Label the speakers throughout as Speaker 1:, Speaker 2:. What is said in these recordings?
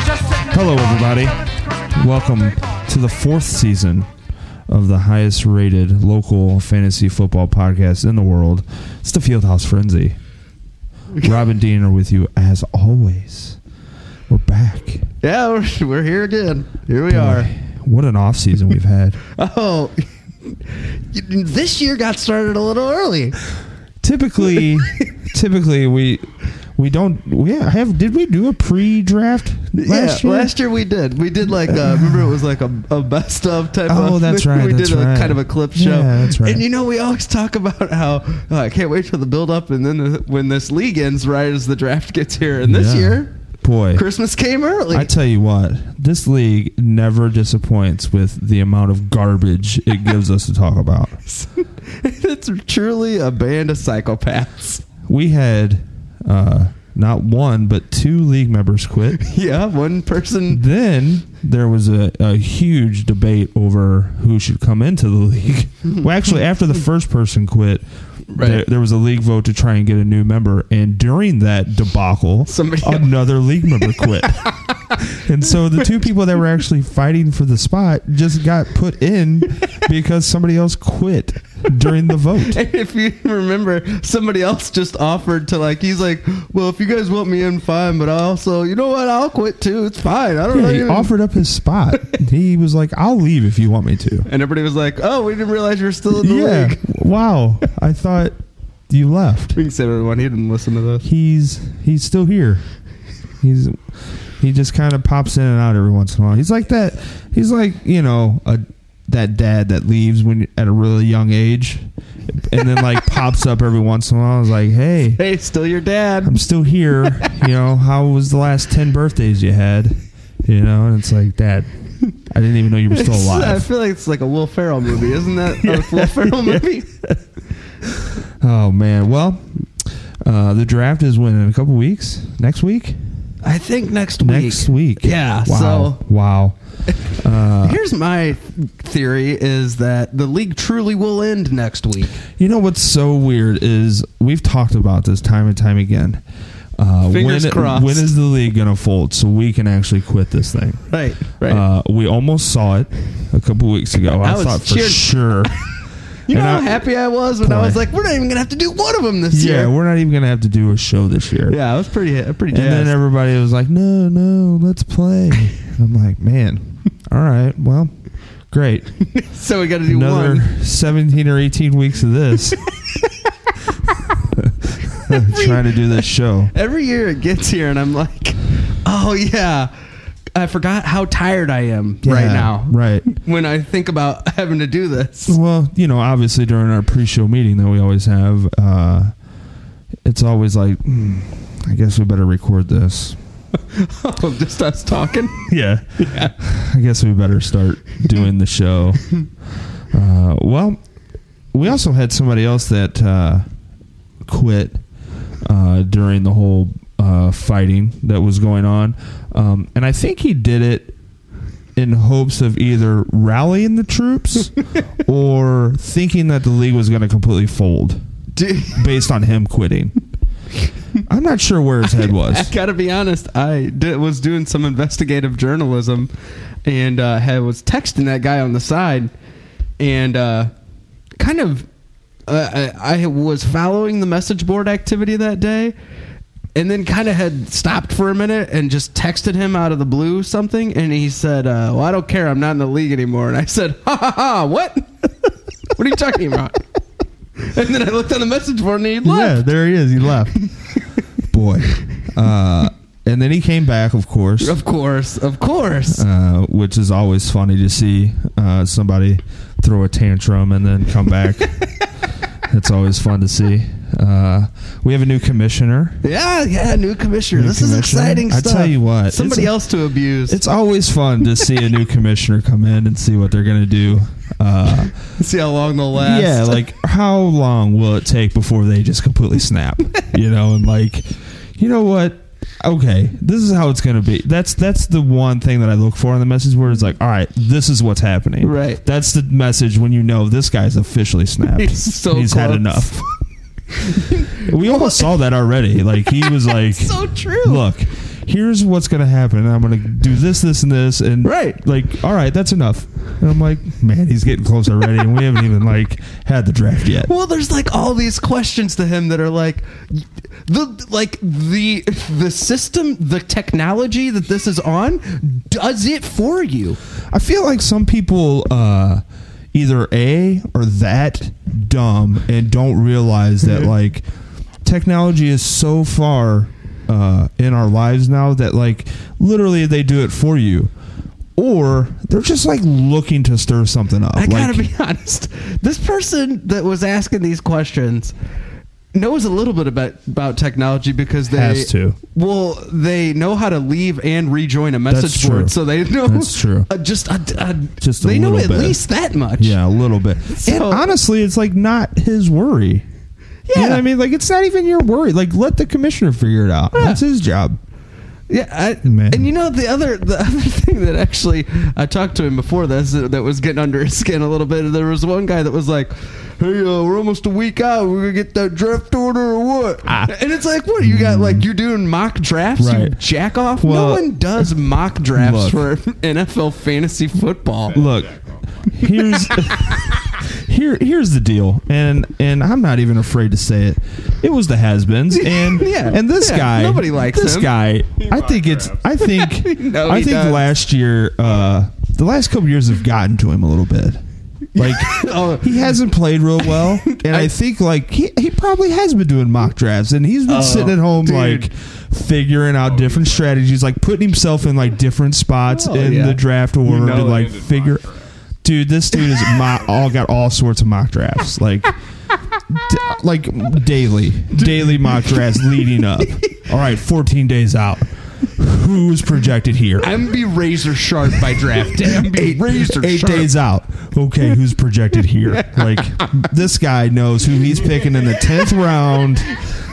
Speaker 1: Hello, everybody. Welcome to the fourth season of the highest rated local fantasy football podcast in the world. It's the Fieldhouse Frenzy. Rob and Dean are with you as always. We're back.
Speaker 2: Yeah, we're, we're here again. Here we are.
Speaker 1: What an off season we've had.
Speaker 2: Oh, this year got started a little early.
Speaker 1: typically typically we we don't we have did we do a pre-draft last
Speaker 2: yeah,
Speaker 1: year?
Speaker 2: last year we did. We did like uh, remember it was like a, a best of type.
Speaker 1: Oh,
Speaker 2: of,
Speaker 1: that's right,
Speaker 2: We
Speaker 1: that's
Speaker 2: did a
Speaker 1: right.
Speaker 2: kind of a clip
Speaker 1: Yeah,
Speaker 2: show.
Speaker 1: that's right.
Speaker 2: And you know we always talk about how oh, I can't wait for the build up, and then the, when this league ends, right as the draft gets here. And this
Speaker 1: Yeah.
Speaker 2: year,
Speaker 1: boy
Speaker 2: Christmas came early.
Speaker 1: I tell you what, this league never disappoints with the amount of garbage it gives us to talk about.
Speaker 2: it's truly a band of psychopaths.
Speaker 1: We had uh, not one but two league members quit.
Speaker 2: Yeah, one person.
Speaker 1: Then there was a, a huge debate over who should come into the league. Well, actually, after the first person quit,
Speaker 2: Right.
Speaker 1: there, there was a league vote to try and get a new member. And during that debacle,
Speaker 2: Somebody else.
Speaker 1: another league member quit. and so the two people that were actually fighting for the spot just got put in because somebody else quit during the vote.
Speaker 2: And if you remember, somebody else just offered to like. He's like, "Well, if you guys want me in, fine. But I also, you know what? I'll quit too. It's fine. I don't
Speaker 1: Yeah,
Speaker 2: know."
Speaker 1: he
Speaker 2: even-"
Speaker 1: offered up his spot. He was like, "I'll leave if you want me to."
Speaker 2: and everybody was like, "Oh, we didn't realize you're still in the
Speaker 1: yeah.
Speaker 2: league."
Speaker 1: Wow. I thought you left.
Speaker 2: We can say everyone. He didn't listen to this.
Speaker 1: he's he's still here. He's he just kind of pops in and out every once in a while. He's like that. He's like you know a that dad that leaves when at a really young age, and then like pops up every once in a while. Is like, hey,
Speaker 2: Hey, still your dad.
Speaker 1: I'm still here. You know, how was the last ten birthdays you had? You know, and it's like, Dad, I didn't even know you were still
Speaker 2: I
Speaker 1: alive.
Speaker 2: feel like it's like a Will Ferrell movie, isn't that a Will Ferrell movie?
Speaker 1: Oh man. Well, uh, the draft is when in a couple weeks. Next week.
Speaker 2: I think next week.
Speaker 1: Next week.
Speaker 2: Yeah,
Speaker 1: Wow.
Speaker 2: so-
Speaker 1: wow. Uh,
Speaker 2: Here's my theory: is that the league truly will end next week?
Speaker 1: You know what's so weird is we've talked about this time and time again. Uh,
Speaker 2: Fingers
Speaker 1: when,
Speaker 2: crossed.
Speaker 1: when is the league gonna fold so we can actually quit this thing?
Speaker 2: Right. Right.
Speaker 1: Uh, we almost saw it a couple weeks ago. I,
Speaker 2: I was
Speaker 1: thought for
Speaker 2: cheered-
Speaker 1: sure.
Speaker 2: you know
Speaker 1: and
Speaker 2: how
Speaker 1: I-
Speaker 2: happy I was when I
Speaker 1: Boy.
Speaker 2: was like, "We're not even gonna have to do one of them this
Speaker 1: yeah,
Speaker 2: year."
Speaker 1: we're not even gonna have to do a show this year.
Speaker 2: Yeah, I was pretty pretty
Speaker 1: And then everybody was like, "No, no, let's play." And I'm like, "Man, all right, well, great.
Speaker 2: so we got to do
Speaker 1: Another
Speaker 2: one.
Speaker 1: 17 or 18 weeks of this." trying to do this show.
Speaker 2: Every year it gets here, and I'm like, "Oh yeah, I forgot how tired I am right
Speaker 1: Yeah,
Speaker 2: now."
Speaker 1: Right.
Speaker 2: When I think about having to do this,
Speaker 1: Well, you know, obviously during our pre-show meeting that we always have, uh, it's always like, "Hmm, I guess we better record this.
Speaker 2: oh, just us talking.
Speaker 1: Yeah. I guess we better start doing the show. Uh, well, we also had somebody else that uh, quit uh, during the whole uh, fighting that was going on, um, and I think he did it in hopes of either rallying the troops or thinking that the league was going to completely fold
Speaker 2: Dude,
Speaker 1: based on him quitting. I'm not sure where his head was.
Speaker 2: I gotta be honest. I did, was doing some investigative journalism, and uh, had, was texting that guy on the side, and uh, kind of, uh, I, I was following the message board activity that day, and then kind of had stopped for a minute and just texted him out of the blue something, and he said, uh, "Well, I don't care. I'm not in the league anymore." And I said, "Ha ha ha! What? what are you talking about?" And then I looked on the message board and he
Speaker 1: Yeah,
Speaker 2: left.
Speaker 1: there he is. He left. Boy. Uh, and then he came back, of course,
Speaker 2: Of course, of course.
Speaker 1: uh, which is always funny to see uh, somebody throw a tantrum and then come back. It's always fun to see. Uh, we have a new commissioner.
Speaker 2: Yeah, yeah, new commissioner.
Speaker 1: New
Speaker 2: this
Speaker 1: commissioner?
Speaker 2: is exciting
Speaker 1: I
Speaker 2: stuff.
Speaker 1: tell you what,
Speaker 2: somebody
Speaker 1: it's-
Speaker 2: else to abuse.
Speaker 1: It's always fun to see a new commissioner come in and see what they're going to do. Uh,
Speaker 2: See how long they'll last.
Speaker 1: Yeah, like how long will it take before they just completely snap? you know, and like, you know what? Okay, this is how it's gonna be. That's that's the one thing that I look for in the message board. It's like, all right, this is what's happening.
Speaker 2: Right.
Speaker 1: That's the message when you know this guy's officially snapped.
Speaker 2: He's so
Speaker 1: He's had
Speaker 2: close.
Speaker 1: enough. we almost saw that already. Like he was like,
Speaker 2: so true.
Speaker 1: look, here's what's gonna happen. I'm gonna do this, this, and this, and
Speaker 2: Right.
Speaker 1: like, all right, that's enough. And I'm like, man, he's getting close already, and we haven't even like had the draft yet.
Speaker 2: Well, there's like all these questions to him that are like the like the the system, the technology that this is on does it for you.
Speaker 1: I feel like some people uh, either a are that dumb and don't realize that like technology is so far uh, in our lives now that like literally they do it for you, or they're just like looking to stir something up.
Speaker 2: I
Speaker 1: like,
Speaker 2: gotta be honest. This person that was asking these questions knows a little bit about about technology because they
Speaker 1: Has to.
Speaker 2: Well, they know how to leave and rejoin a message
Speaker 1: That's
Speaker 2: board,
Speaker 1: true.
Speaker 2: so they know
Speaker 1: That's true.
Speaker 2: uh, just a, a,
Speaker 1: Just a
Speaker 2: they know at
Speaker 1: little bit.
Speaker 2: least that much.
Speaker 1: Yeah, a little bit. and
Speaker 2: So-
Speaker 1: honestly, it's like not his worry. You know
Speaker 2: Yeah.
Speaker 1: what I mean? Like it's not even your worry. Like let the commissioner figure it out. That's his job.
Speaker 2: Yeah, I,
Speaker 1: Man.
Speaker 2: and you know the other the other thing that actually I talked to him before this uh, that was getting under his skin a little bit. There was one guy that was like, "Hey, uh, we're almost a week out. We're gonna get that draft order or what?"
Speaker 1: Ah. Mm.
Speaker 2: And it's like, what you got? Like you're doing mock drafts, you
Speaker 1: Right.
Speaker 2: jack off. no
Speaker 1: Well-
Speaker 2: one does mock drafts
Speaker 1: Look.
Speaker 2: for NFL fantasy football.
Speaker 1: Look, here's here here's the deal, and and I'm not even afraid to say it. It was the has-beens, and
Speaker 2: Yeah,
Speaker 1: and this
Speaker 2: yeah,
Speaker 1: guy,
Speaker 2: nobody likes
Speaker 1: this
Speaker 2: him.
Speaker 1: guy. I think it's I think
Speaker 2: No,
Speaker 1: I
Speaker 2: he
Speaker 1: think
Speaker 2: does.
Speaker 1: last year, uh, the last couple years have gotten to him a little bit. Like
Speaker 2: Oh.
Speaker 1: he hasn't played real well, and I,
Speaker 2: I-
Speaker 1: think like he, he probably has been doing mock drafts, and he's been
Speaker 2: Oh,
Speaker 1: sitting at home
Speaker 2: dude.
Speaker 1: like figuring out different strategies, like putting himself in like different spots
Speaker 2: Oh,
Speaker 1: in
Speaker 2: yeah.
Speaker 1: the draft order
Speaker 2: know
Speaker 1: to
Speaker 2: he
Speaker 1: like
Speaker 3: did mock
Speaker 1: figure.
Speaker 3: drafts.
Speaker 1: Dude, this dude is my all got all sorts of mock drafts like. d- Like daily, daily mock drafts leading up. All right, 14 days out. Who's projected here?
Speaker 2: I'm gonna be razor sharp by draft day. I'm gonna be razor
Speaker 1: eight
Speaker 2: sharp.
Speaker 1: days out. Okay, who's projected here? Like this guy knows who he's picking in the tenth round.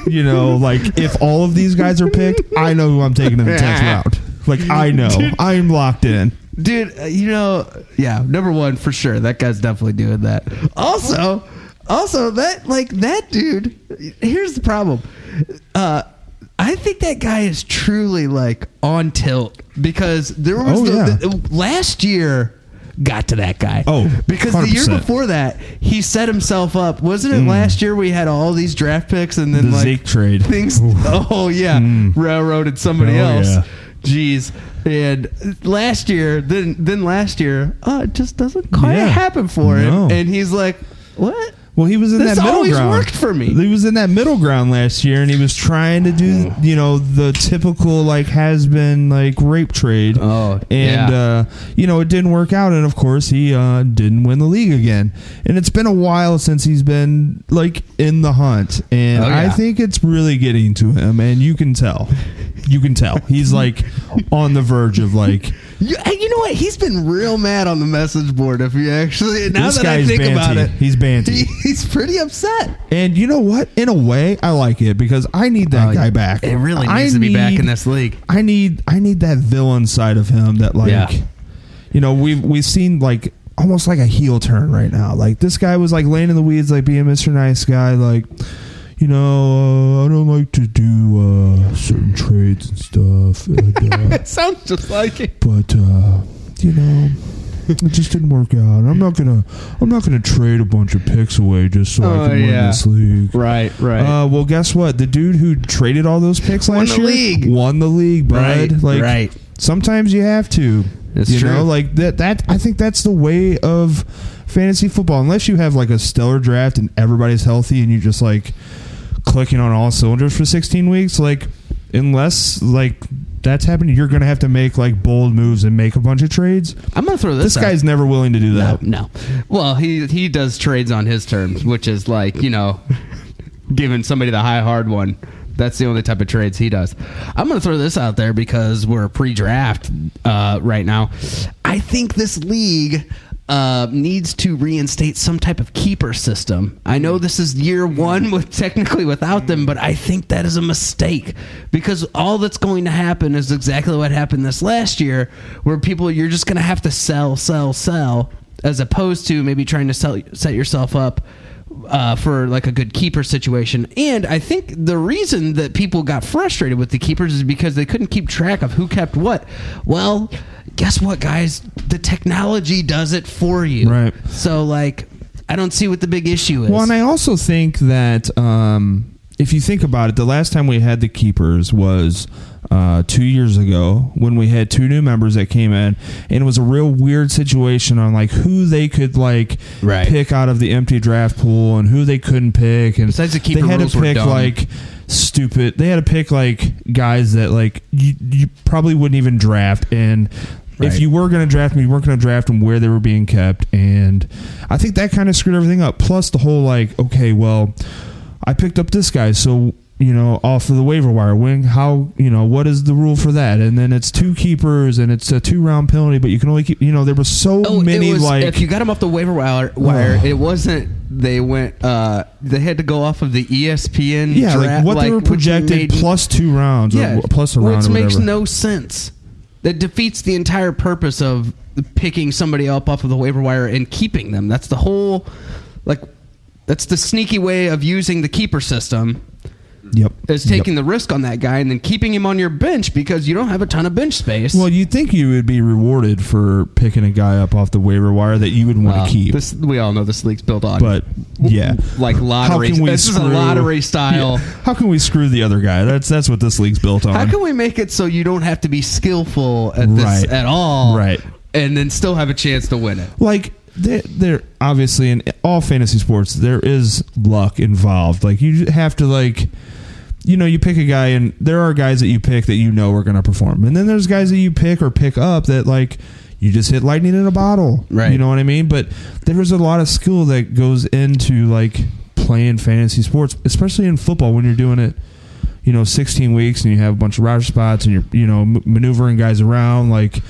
Speaker 1: You know, like if all of these guys are picked, I know who I'm taking in the tenth round. Like I know, I'm locked in.
Speaker 2: dude uh, you know yeah number one for sure that guy's definitely doing that also also that like that dude here's the problem uh i think that guy is truly like on tilt because there was
Speaker 1: Oh,
Speaker 2: the,
Speaker 1: yeah.
Speaker 2: the- last year got to that guy
Speaker 1: Oh,
Speaker 2: because the year
Speaker 1: 100%.
Speaker 2: before that he set himself up wasn't it last year we had all these draft picks and then
Speaker 1: Mm. The
Speaker 2: like
Speaker 1: Zeke trade. Mm.
Speaker 2: things oh yeah railroaded somebody
Speaker 1: Oh,
Speaker 2: else
Speaker 1: yeah.
Speaker 2: Jeez. And last year, then then last year, oh, it just doesn't quite
Speaker 1: Yeah.
Speaker 2: happen for
Speaker 1: No.
Speaker 2: him. And he's like, what?
Speaker 1: Well, he was in
Speaker 2: This
Speaker 1: that middle
Speaker 2: always
Speaker 1: ground.
Speaker 2: worked for me.
Speaker 1: He was in that middle ground last year, and he was trying to do, you know, the typical like has been like rape trade.
Speaker 2: Oh,
Speaker 1: and
Speaker 2: yeah.
Speaker 1: uh, you know it didn't work out, and of course he uh, didn't win the league again. And it's been a while since he's been like in the hunt, and
Speaker 2: Oh, yeah.
Speaker 1: I think it's really getting to him, and you can tell, you can tell he's like on the verge of like
Speaker 2: You, and you know what? He's been real mad on the message board. If you actually now
Speaker 1: this
Speaker 2: that I
Speaker 1: guy's
Speaker 2: think
Speaker 1: banty.
Speaker 2: about it,
Speaker 1: He's banty.
Speaker 2: he, he's pretty upset.
Speaker 1: And you know what? In a way, I like it because I need that guy Oh, back.
Speaker 2: Oh, It really
Speaker 1: I
Speaker 2: needs to be back in
Speaker 1: need-
Speaker 2: this league.
Speaker 1: I need I need that villain side of him that like
Speaker 2: Yeah.
Speaker 1: you know, we've we've seen like almost like a heel turn right now. Like this guy was like laying in the weeds like being Mr. Nice Guy, like you know, uh, I don't like to do uh, certain trades and stuff, and, uh,
Speaker 2: It sounds just like it.
Speaker 1: but uh, you know, it just didn't work out. I'm not gonna, I'm not gonna trade a bunch of picks away just so
Speaker 2: Oh,
Speaker 1: I can
Speaker 2: yeah.
Speaker 1: win this league.
Speaker 2: Right, right.
Speaker 1: Uh, well, guess what? The dude who traded all those picks
Speaker 2: Won
Speaker 1: last
Speaker 2: the
Speaker 1: year
Speaker 2: league.
Speaker 1: won the league, bud.
Speaker 2: Right,
Speaker 1: like
Speaker 2: right.
Speaker 1: sometimes you have to.
Speaker 2: It's
Speaker 1: you
Speaker 2: true.
Speaker 1: know, like that. That I think that's the way of fantasy football. Unless you have like a stellar draft and everybody's healthy and you're just like clicking on all cylinders for 16 weeks, like unless like that's happening, you're gonna have to make like bold moves and make a bunch of trades.
Speaker 2: I'm gonna throw this.
Speaker 1: This
Speaker 2: out.
Speaker 1: guy's never willing to do
Speaker 2: No,
Speaker 1: that.
Speaker 2: no. Well, he he does trades on his terms, which is like you know, giving somebody the high hard one. That's the only type of trades he does. I'm going to throw this out there because we're pre-draft uh, right now. I think this league uh, needs to reinstate some type of keeper system. I know this is year one with technically without them, but I think that is a mistake because all that's going to happen is exactly what happened this last year, where people you're just going to have to sell, sell, sell, as opposed to maybe trying to sell, set yourself up uh, for like a good keeper situation. And I think the reason that people got frustrated with the keepers is because they couldn't keep track of who kept what. Well, guess what, guys? The technology does it for you.
Speaker 1: Right.
Speaker 2: So like, I don't see what the big issue is.
Speaker 1: Well, and I also think that um, if you think about it, the last time we had the keepers was uh, two years ago when we had two new members that came in, and it was a real weird situation on like who they could like
Speaker 2: Right.
Speaker 1: pick out of the empty draft pool and who they couldn't pick, and
Speaker 2: Besides, the keeper
Speaker 1: they had
Speaker 2: rules
Speaker 1: to
Speaker 2: were
Speaker 1: pick
Speaker 2: dumb.
Speaker 1: like stupid. They had to pick like guys that like you, you probably wouldn't even draft and.
Speaker 2: Right.
Speaker 1: If you were going to draft them, you weren't going to draft them where they were being kept, and I think that kind of screwed everything up. Plus, the whole like, okay, well, I picked up this guy, so you know, off of the waiver wire wing, how you know what is the rule for that? And then it's two keepers, and it's a two round penalty, but you can only keep. You know, there were so
Speaker 2: Oh,
Speaker 1: many
Speaker 2: it was,
Speaker 1: like
Speaker 2: if you got them off the waiver wire, wire
Speaker 1: Oh.
Speaker 2: it wasn't they went uh they had to go off of the E ESPN
Speaker 1: yeah,
Speaker 2: draft,
Speaker 1: like what they were
Speaker 2: which
Speaker 1: projected
Speaker 2: made-
Speaker 1: plus two rounds,
Speaker 2: yeah,
Speaker 1: or plus a round,
Speaker 2: which
Speaker 1: or
Speaker 2: makes
Speaker 1: whatever.
Speaker 2: no sense. That defeats the entire purpose of picking somebody up off of the waiver wire and keeping them. That's the whole like that's the sneaky way of using the keeper system
Speaker 1: yep,
Speaker 2: is
Speaker 1: Yep.
Speaker 2: taking the risk on that guy and then keeping him on your bench because you don't have a ton of bench space.
Speaker 1: Well, you'd think you would be rewarded for picking a guy up off the waiver wire that you would want
Speaker 2: Well,
Speaker 1: to keep.
Speaker 2: Uh, This, we all know this league's built on.
Speaker 1: but yeah,
Speaker 2: like lottery.
Speaker 1: How can we
Speaker 2: This is a
Speaker 1: screw-
Speaker 2: lottery style.
Speaker 1: Yeah. How can we screw the other guy? That's that's what this league's built on.
Speaker 2: How can we make it so you don't have to be skillful at this
Speaker 1: Right.
Speaker 2: at all,
Speaker 1: Right.
Speaker 2: And then still have a chance to win it.
Speaker 1: like there, there obviously in all fantasy sports there is luck involved like you have to like you know you pick a guy and there are guys that you pick that you know are going to perform and then there's guys that you pick or pick up that like you just hit lightning in a bottle
Speaker 2: Right.
Speaker 1: you know what i mean but there is a lot of skill that goes into like playing fantasy sports especially in football when you're doing it you know 16 weeks and you have a bunch of roster spots and you're you know m- maneuvering guys around like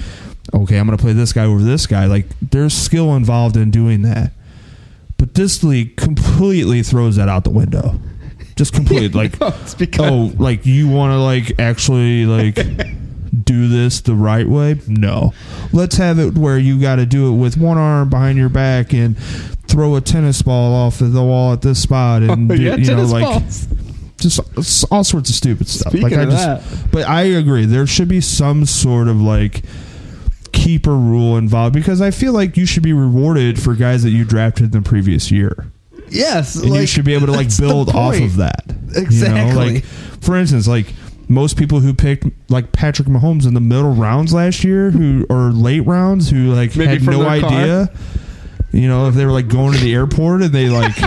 Speaker 1: okay i'm going to play this guy over this guy like there's skill involved in doing that but this league completely throws that out the window just completely like
Speaker 2: No, it's because
Speaker 1: oh like you want to like actually like do this the right way no let's have it where you got to do it with one arm behind your back and throw a tennis ball off of the wall at this spot and do-
Speaker 2: Oh, yeah,
Speaker 1: Oh, you know
Speaker 2: tennis
Speaker 1: like
Speaker 2: balls.
Speaker 1: just s- all sorts of stupid stuff.
Speaker 2: Speaking
Speaker 1: like I
Speaker 2: of
Speaker 1: just,
Speaker 2: that.
Speaker 1: but I agree. There should be some sort of like keeper rule involved because I feel like you should be rewarded for guys that you drafted in the previous year,
Speaker 2: yes,
Speaker 1: and you should be able to like
Speaker 2: that's the
Speaker 1: build off
Speaker 2: point.
Speaker 1: of that. You know?
Speaker 2: Exactly.
Speaker 1: Like for instance, like most people who picked like Patrick Mahomes in the middle rounds last year, who or late rounds, who like
Speaker 2: Maybe
Speaker 1: had
Speaker 2: from
Speaker 1: no
Speaker 2: their car.
Speaker 1: idea. You know, if they were like going to the airport and they like,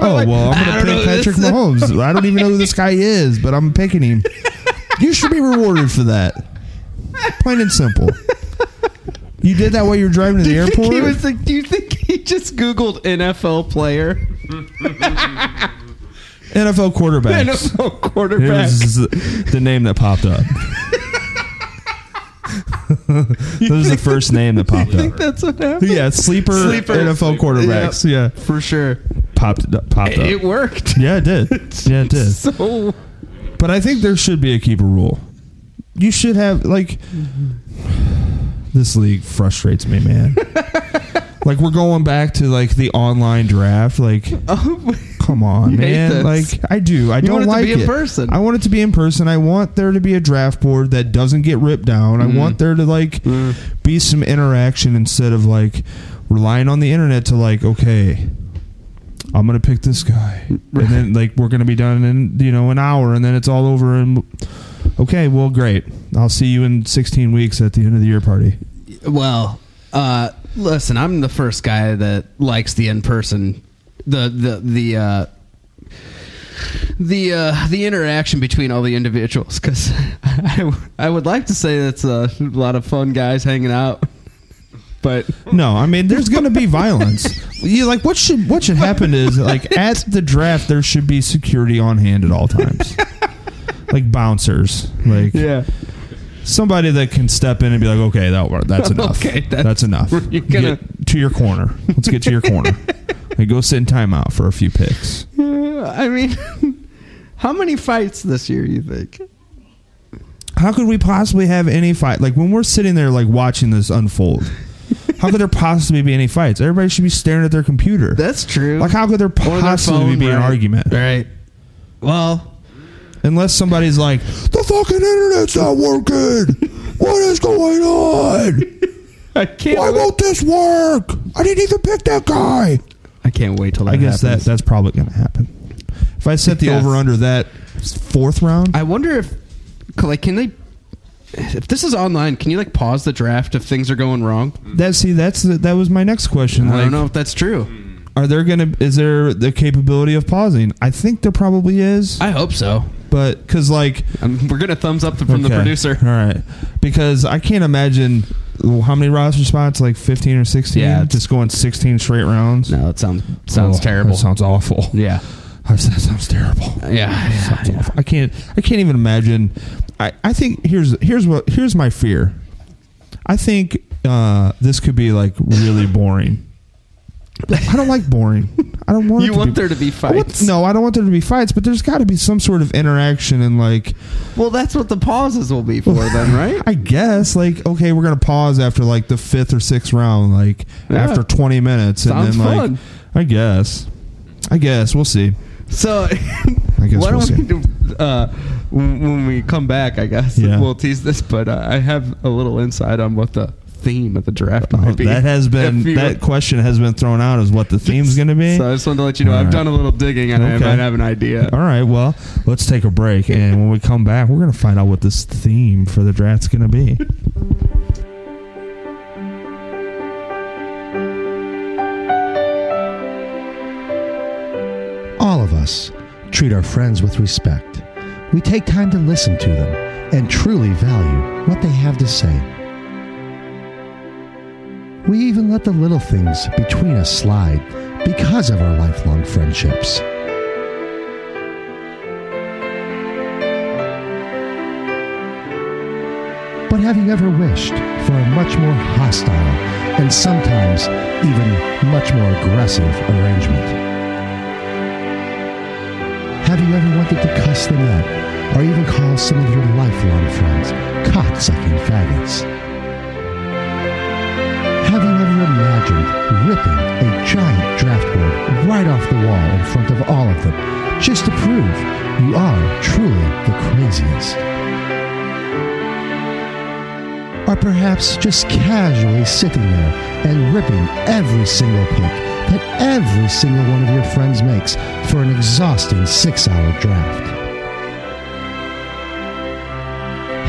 Speaker 1: oh well, I'm
Speaker 2: I
Speaker 1: gonna
Speaker 2: don't know
Speaker 1: pick
Speaker 2: who
Speaker 1: Patrick
Speaker 2: this is."
Speaker 1: Mahomes. I don't even know who this guy is, but I'm picking him. You should be rewarded for that. Plain and simple. You did that while you were driving to
Speaker 2: Do
Speaker 1: the
Speaker 2: you think
Speaker 1: airport.
Speaker 2: he was like, do you think he just Googled NFL player,
Speaker 1: NFL quarterbacks.
Speaker 2: NFL
Speaker 1: It
Speaker 2: quarterback?
Speaker 1: was the name that popped up. that was the first name that popped
Speaker 2: you think
Speaker 1: up.
Speaker 2: that's what happened?
Speaker 1: Yeah, sleeper,
Speaker 2: Sleeper.
Speaker 1: NFL quarterbacks. Yeah,
Speaker 2: for sure.
Speaker 1: popped uh, popped up.
Speaker 2: It worked.
Speaker 1: yeah, it did. Yeah, it did.
Speaker 2: So
Speaker 1: But I think there should be a keeper rule. You should have like this league frustrates me, man. like we're going back to like the online draft. Like,
Speaker 2: um,
Speaker 1: come on,
Speaker 2: You hate
Speaker 1: man.
Speaker 2: this.
Speaker 1: Like I do. I
Speaker 2: You
Speaker 1: don't
Speaker 2: want it to
Speaker 1: like
Speaker 2: be in person.
Speaker 1: I want it to be in person. I want there to be a draft board that doesn't get ripped down.
Speaker 2: Mm-hmm.
Speaker 1: I want there to like
Speaker 2: Mm.
Speaker 1: be some interaction instead of like relying on the internet to like okay. I'm gonna pick this guy, and then like we're gonna be done in you know an hour, and then it's all over. And okay, well, great. I'll see you in 16 weeks at the end of the year party.
Speaker 2: Well, uh, listen, I'm the first guy that likes the in person, the the the uh, the uh, the interaction between all the individuals. Because I, I would like to say that's a lot of fun guys hanging out, but
Speaker 1: No, I mean there's gonna be violence. You like what should what should happen is like at the draft there should be security on hand at all times, like bouncers, like
Speaker 2: yeah,
Speaker 1: somebody that can step in and be like, okay, that that's enough.
Speaker 2: Okay,
Speaker 1: that's,
Speaker 2: that's-
Speaker 1: enough.
Speaker 2: you're gonna-
Speaker 1: Get to your corner. Let's get to your corner. And go sit in timeout for a few picks.
Speaker 2: I mean. How many fights this year you think?
Speaker 1: how could we possibly have any fight? Like when we're sitting there, like watching this unfold, how could there possibly be any fights? Everybody should be staring at their computer.
Speaker 2: That's true.
Speaker 1: like, how could there
Speaker 2: Or their
Speaker 1: possibly
Speaker 2: phone,
Speaker 1: be an
Speaker 2: right.
Speaker 1: argument?
Speaker 2: Right. Well,
Speaker 1: Unless somebody's like, the fucking internet's not working. What is going on?
Speaker 2: I can't.
Speaker 1: Why
Speaker 2: wait.
Speaker 1: won't this work? I didn't even pick that guy.
Speaker 2: I can't wait till that
Speaker 1: I guess that
Speaker 2: happens.
Speaker 1: that's probably going to happen. If I set the
Speaker 2: Yes.
Speaker 1: over under that fourth round,
Speaker 2: I wonder if, like, can they? If this is online, can you like pause the draft if things are going wrong?
Speaker 1: that see that's the, that was my next question.
Speaker 2: I
Speaker 1: like,
Speaker 2: don't know if that's true.
Speaker 1: Are there gonna is there the capability of pausing? I think there probably is,
Speaker 2: I hope so.
Speaker 1: but because like
Speaker 2: Um, we're gonna thumbs up from the
Speaker 1: Okay.
Speaker 2: producer.
Speaker 1: All right, because I can't imagine how many roster spots like fifteen or sixteen.
Speaker 2: Yeah, it's-
Speaker 1: just going sixteen straight rounds.
Speaker 2: No, it sounds sounds
Speaker 1: Oh,
Speaker 2: terrible.
Speaker 1: That sounds awful.
Speaker 2: yeah,
Speaker 1: That sounds terrible.
Speaker 2: yeah,
Speaker 1: Sounds awful. I can't. I can't even imagine. I, I think here's here's what here's my fear. I think uh, this could be like really boring. I don't like boring. I don't want. it
Speaker 2: You
Speaker 1: to
Speaker 2: want
Speaker 1: be,
Speaker 2: there to be
Speaker 1: I want-
Speaker 2: fights?
Speaker 1: no, I don't want there to be fights, but there's got to be some sort of interaction and like
Speaker 2: Well, that's what the pauses will be for then, right?
Speaker 1: I guess like okay, we're gonna pause after like the fifth or sixth round, like
Speaker 2: Yeah.
Speaker 1: after twenty minutes,
Speaker 2: Sounds
Speaker 1: and then like
Speaker 2: fun.
Speaker 1: I guess, I guess we'll see.
Speaker 2: So,
Speaker 1: I guess
Speaker 2: why
Speaker 1: we'll
Speaker 2: don't
Speaker 1: see.
Speaker 2: we do, uh, when when we come back? I guess
Speaker 1: Yeah.
Speaker 2: we'll tease this, but uh, I have a little insight on what the theme of the draft might be.
Speaker 1: Oh, that has been
Speaker 2: If you-
Speaker 1: that question has been thrown out as what the theme's gonna be.
Speaker 2: So I just wanted to let you know
Speaker 1: All
Speaker 2: I've
Speaker 1: right.
Speaker 2: done a little digging and I
Speaker 1: Okay.
Speaker 2: might have an idea.
Speaker 1: All right, well, let's take a break, and when we come back, we're gonna find out what this theme for the draft's gonna be.
Speaker 3: All of us treat our friends with respect. We take time to listen to them and truly value what they have to say. We even let the little things between us slide because of our lifelong friendships. But have you ever wished for a much more hostile and sometimes even much more aggressive arrangement? Have you ever wanted to cuss them out or even call some of your lifelong friends cocksucking faggots? Have you ever imagined ripping a giant draft board right off the wall in front of all of them just to prove you are truly the craziest? Or perhaps just casually sitting there and ripping every single pick that every single one of your friends makes for an exhausting six hour draft.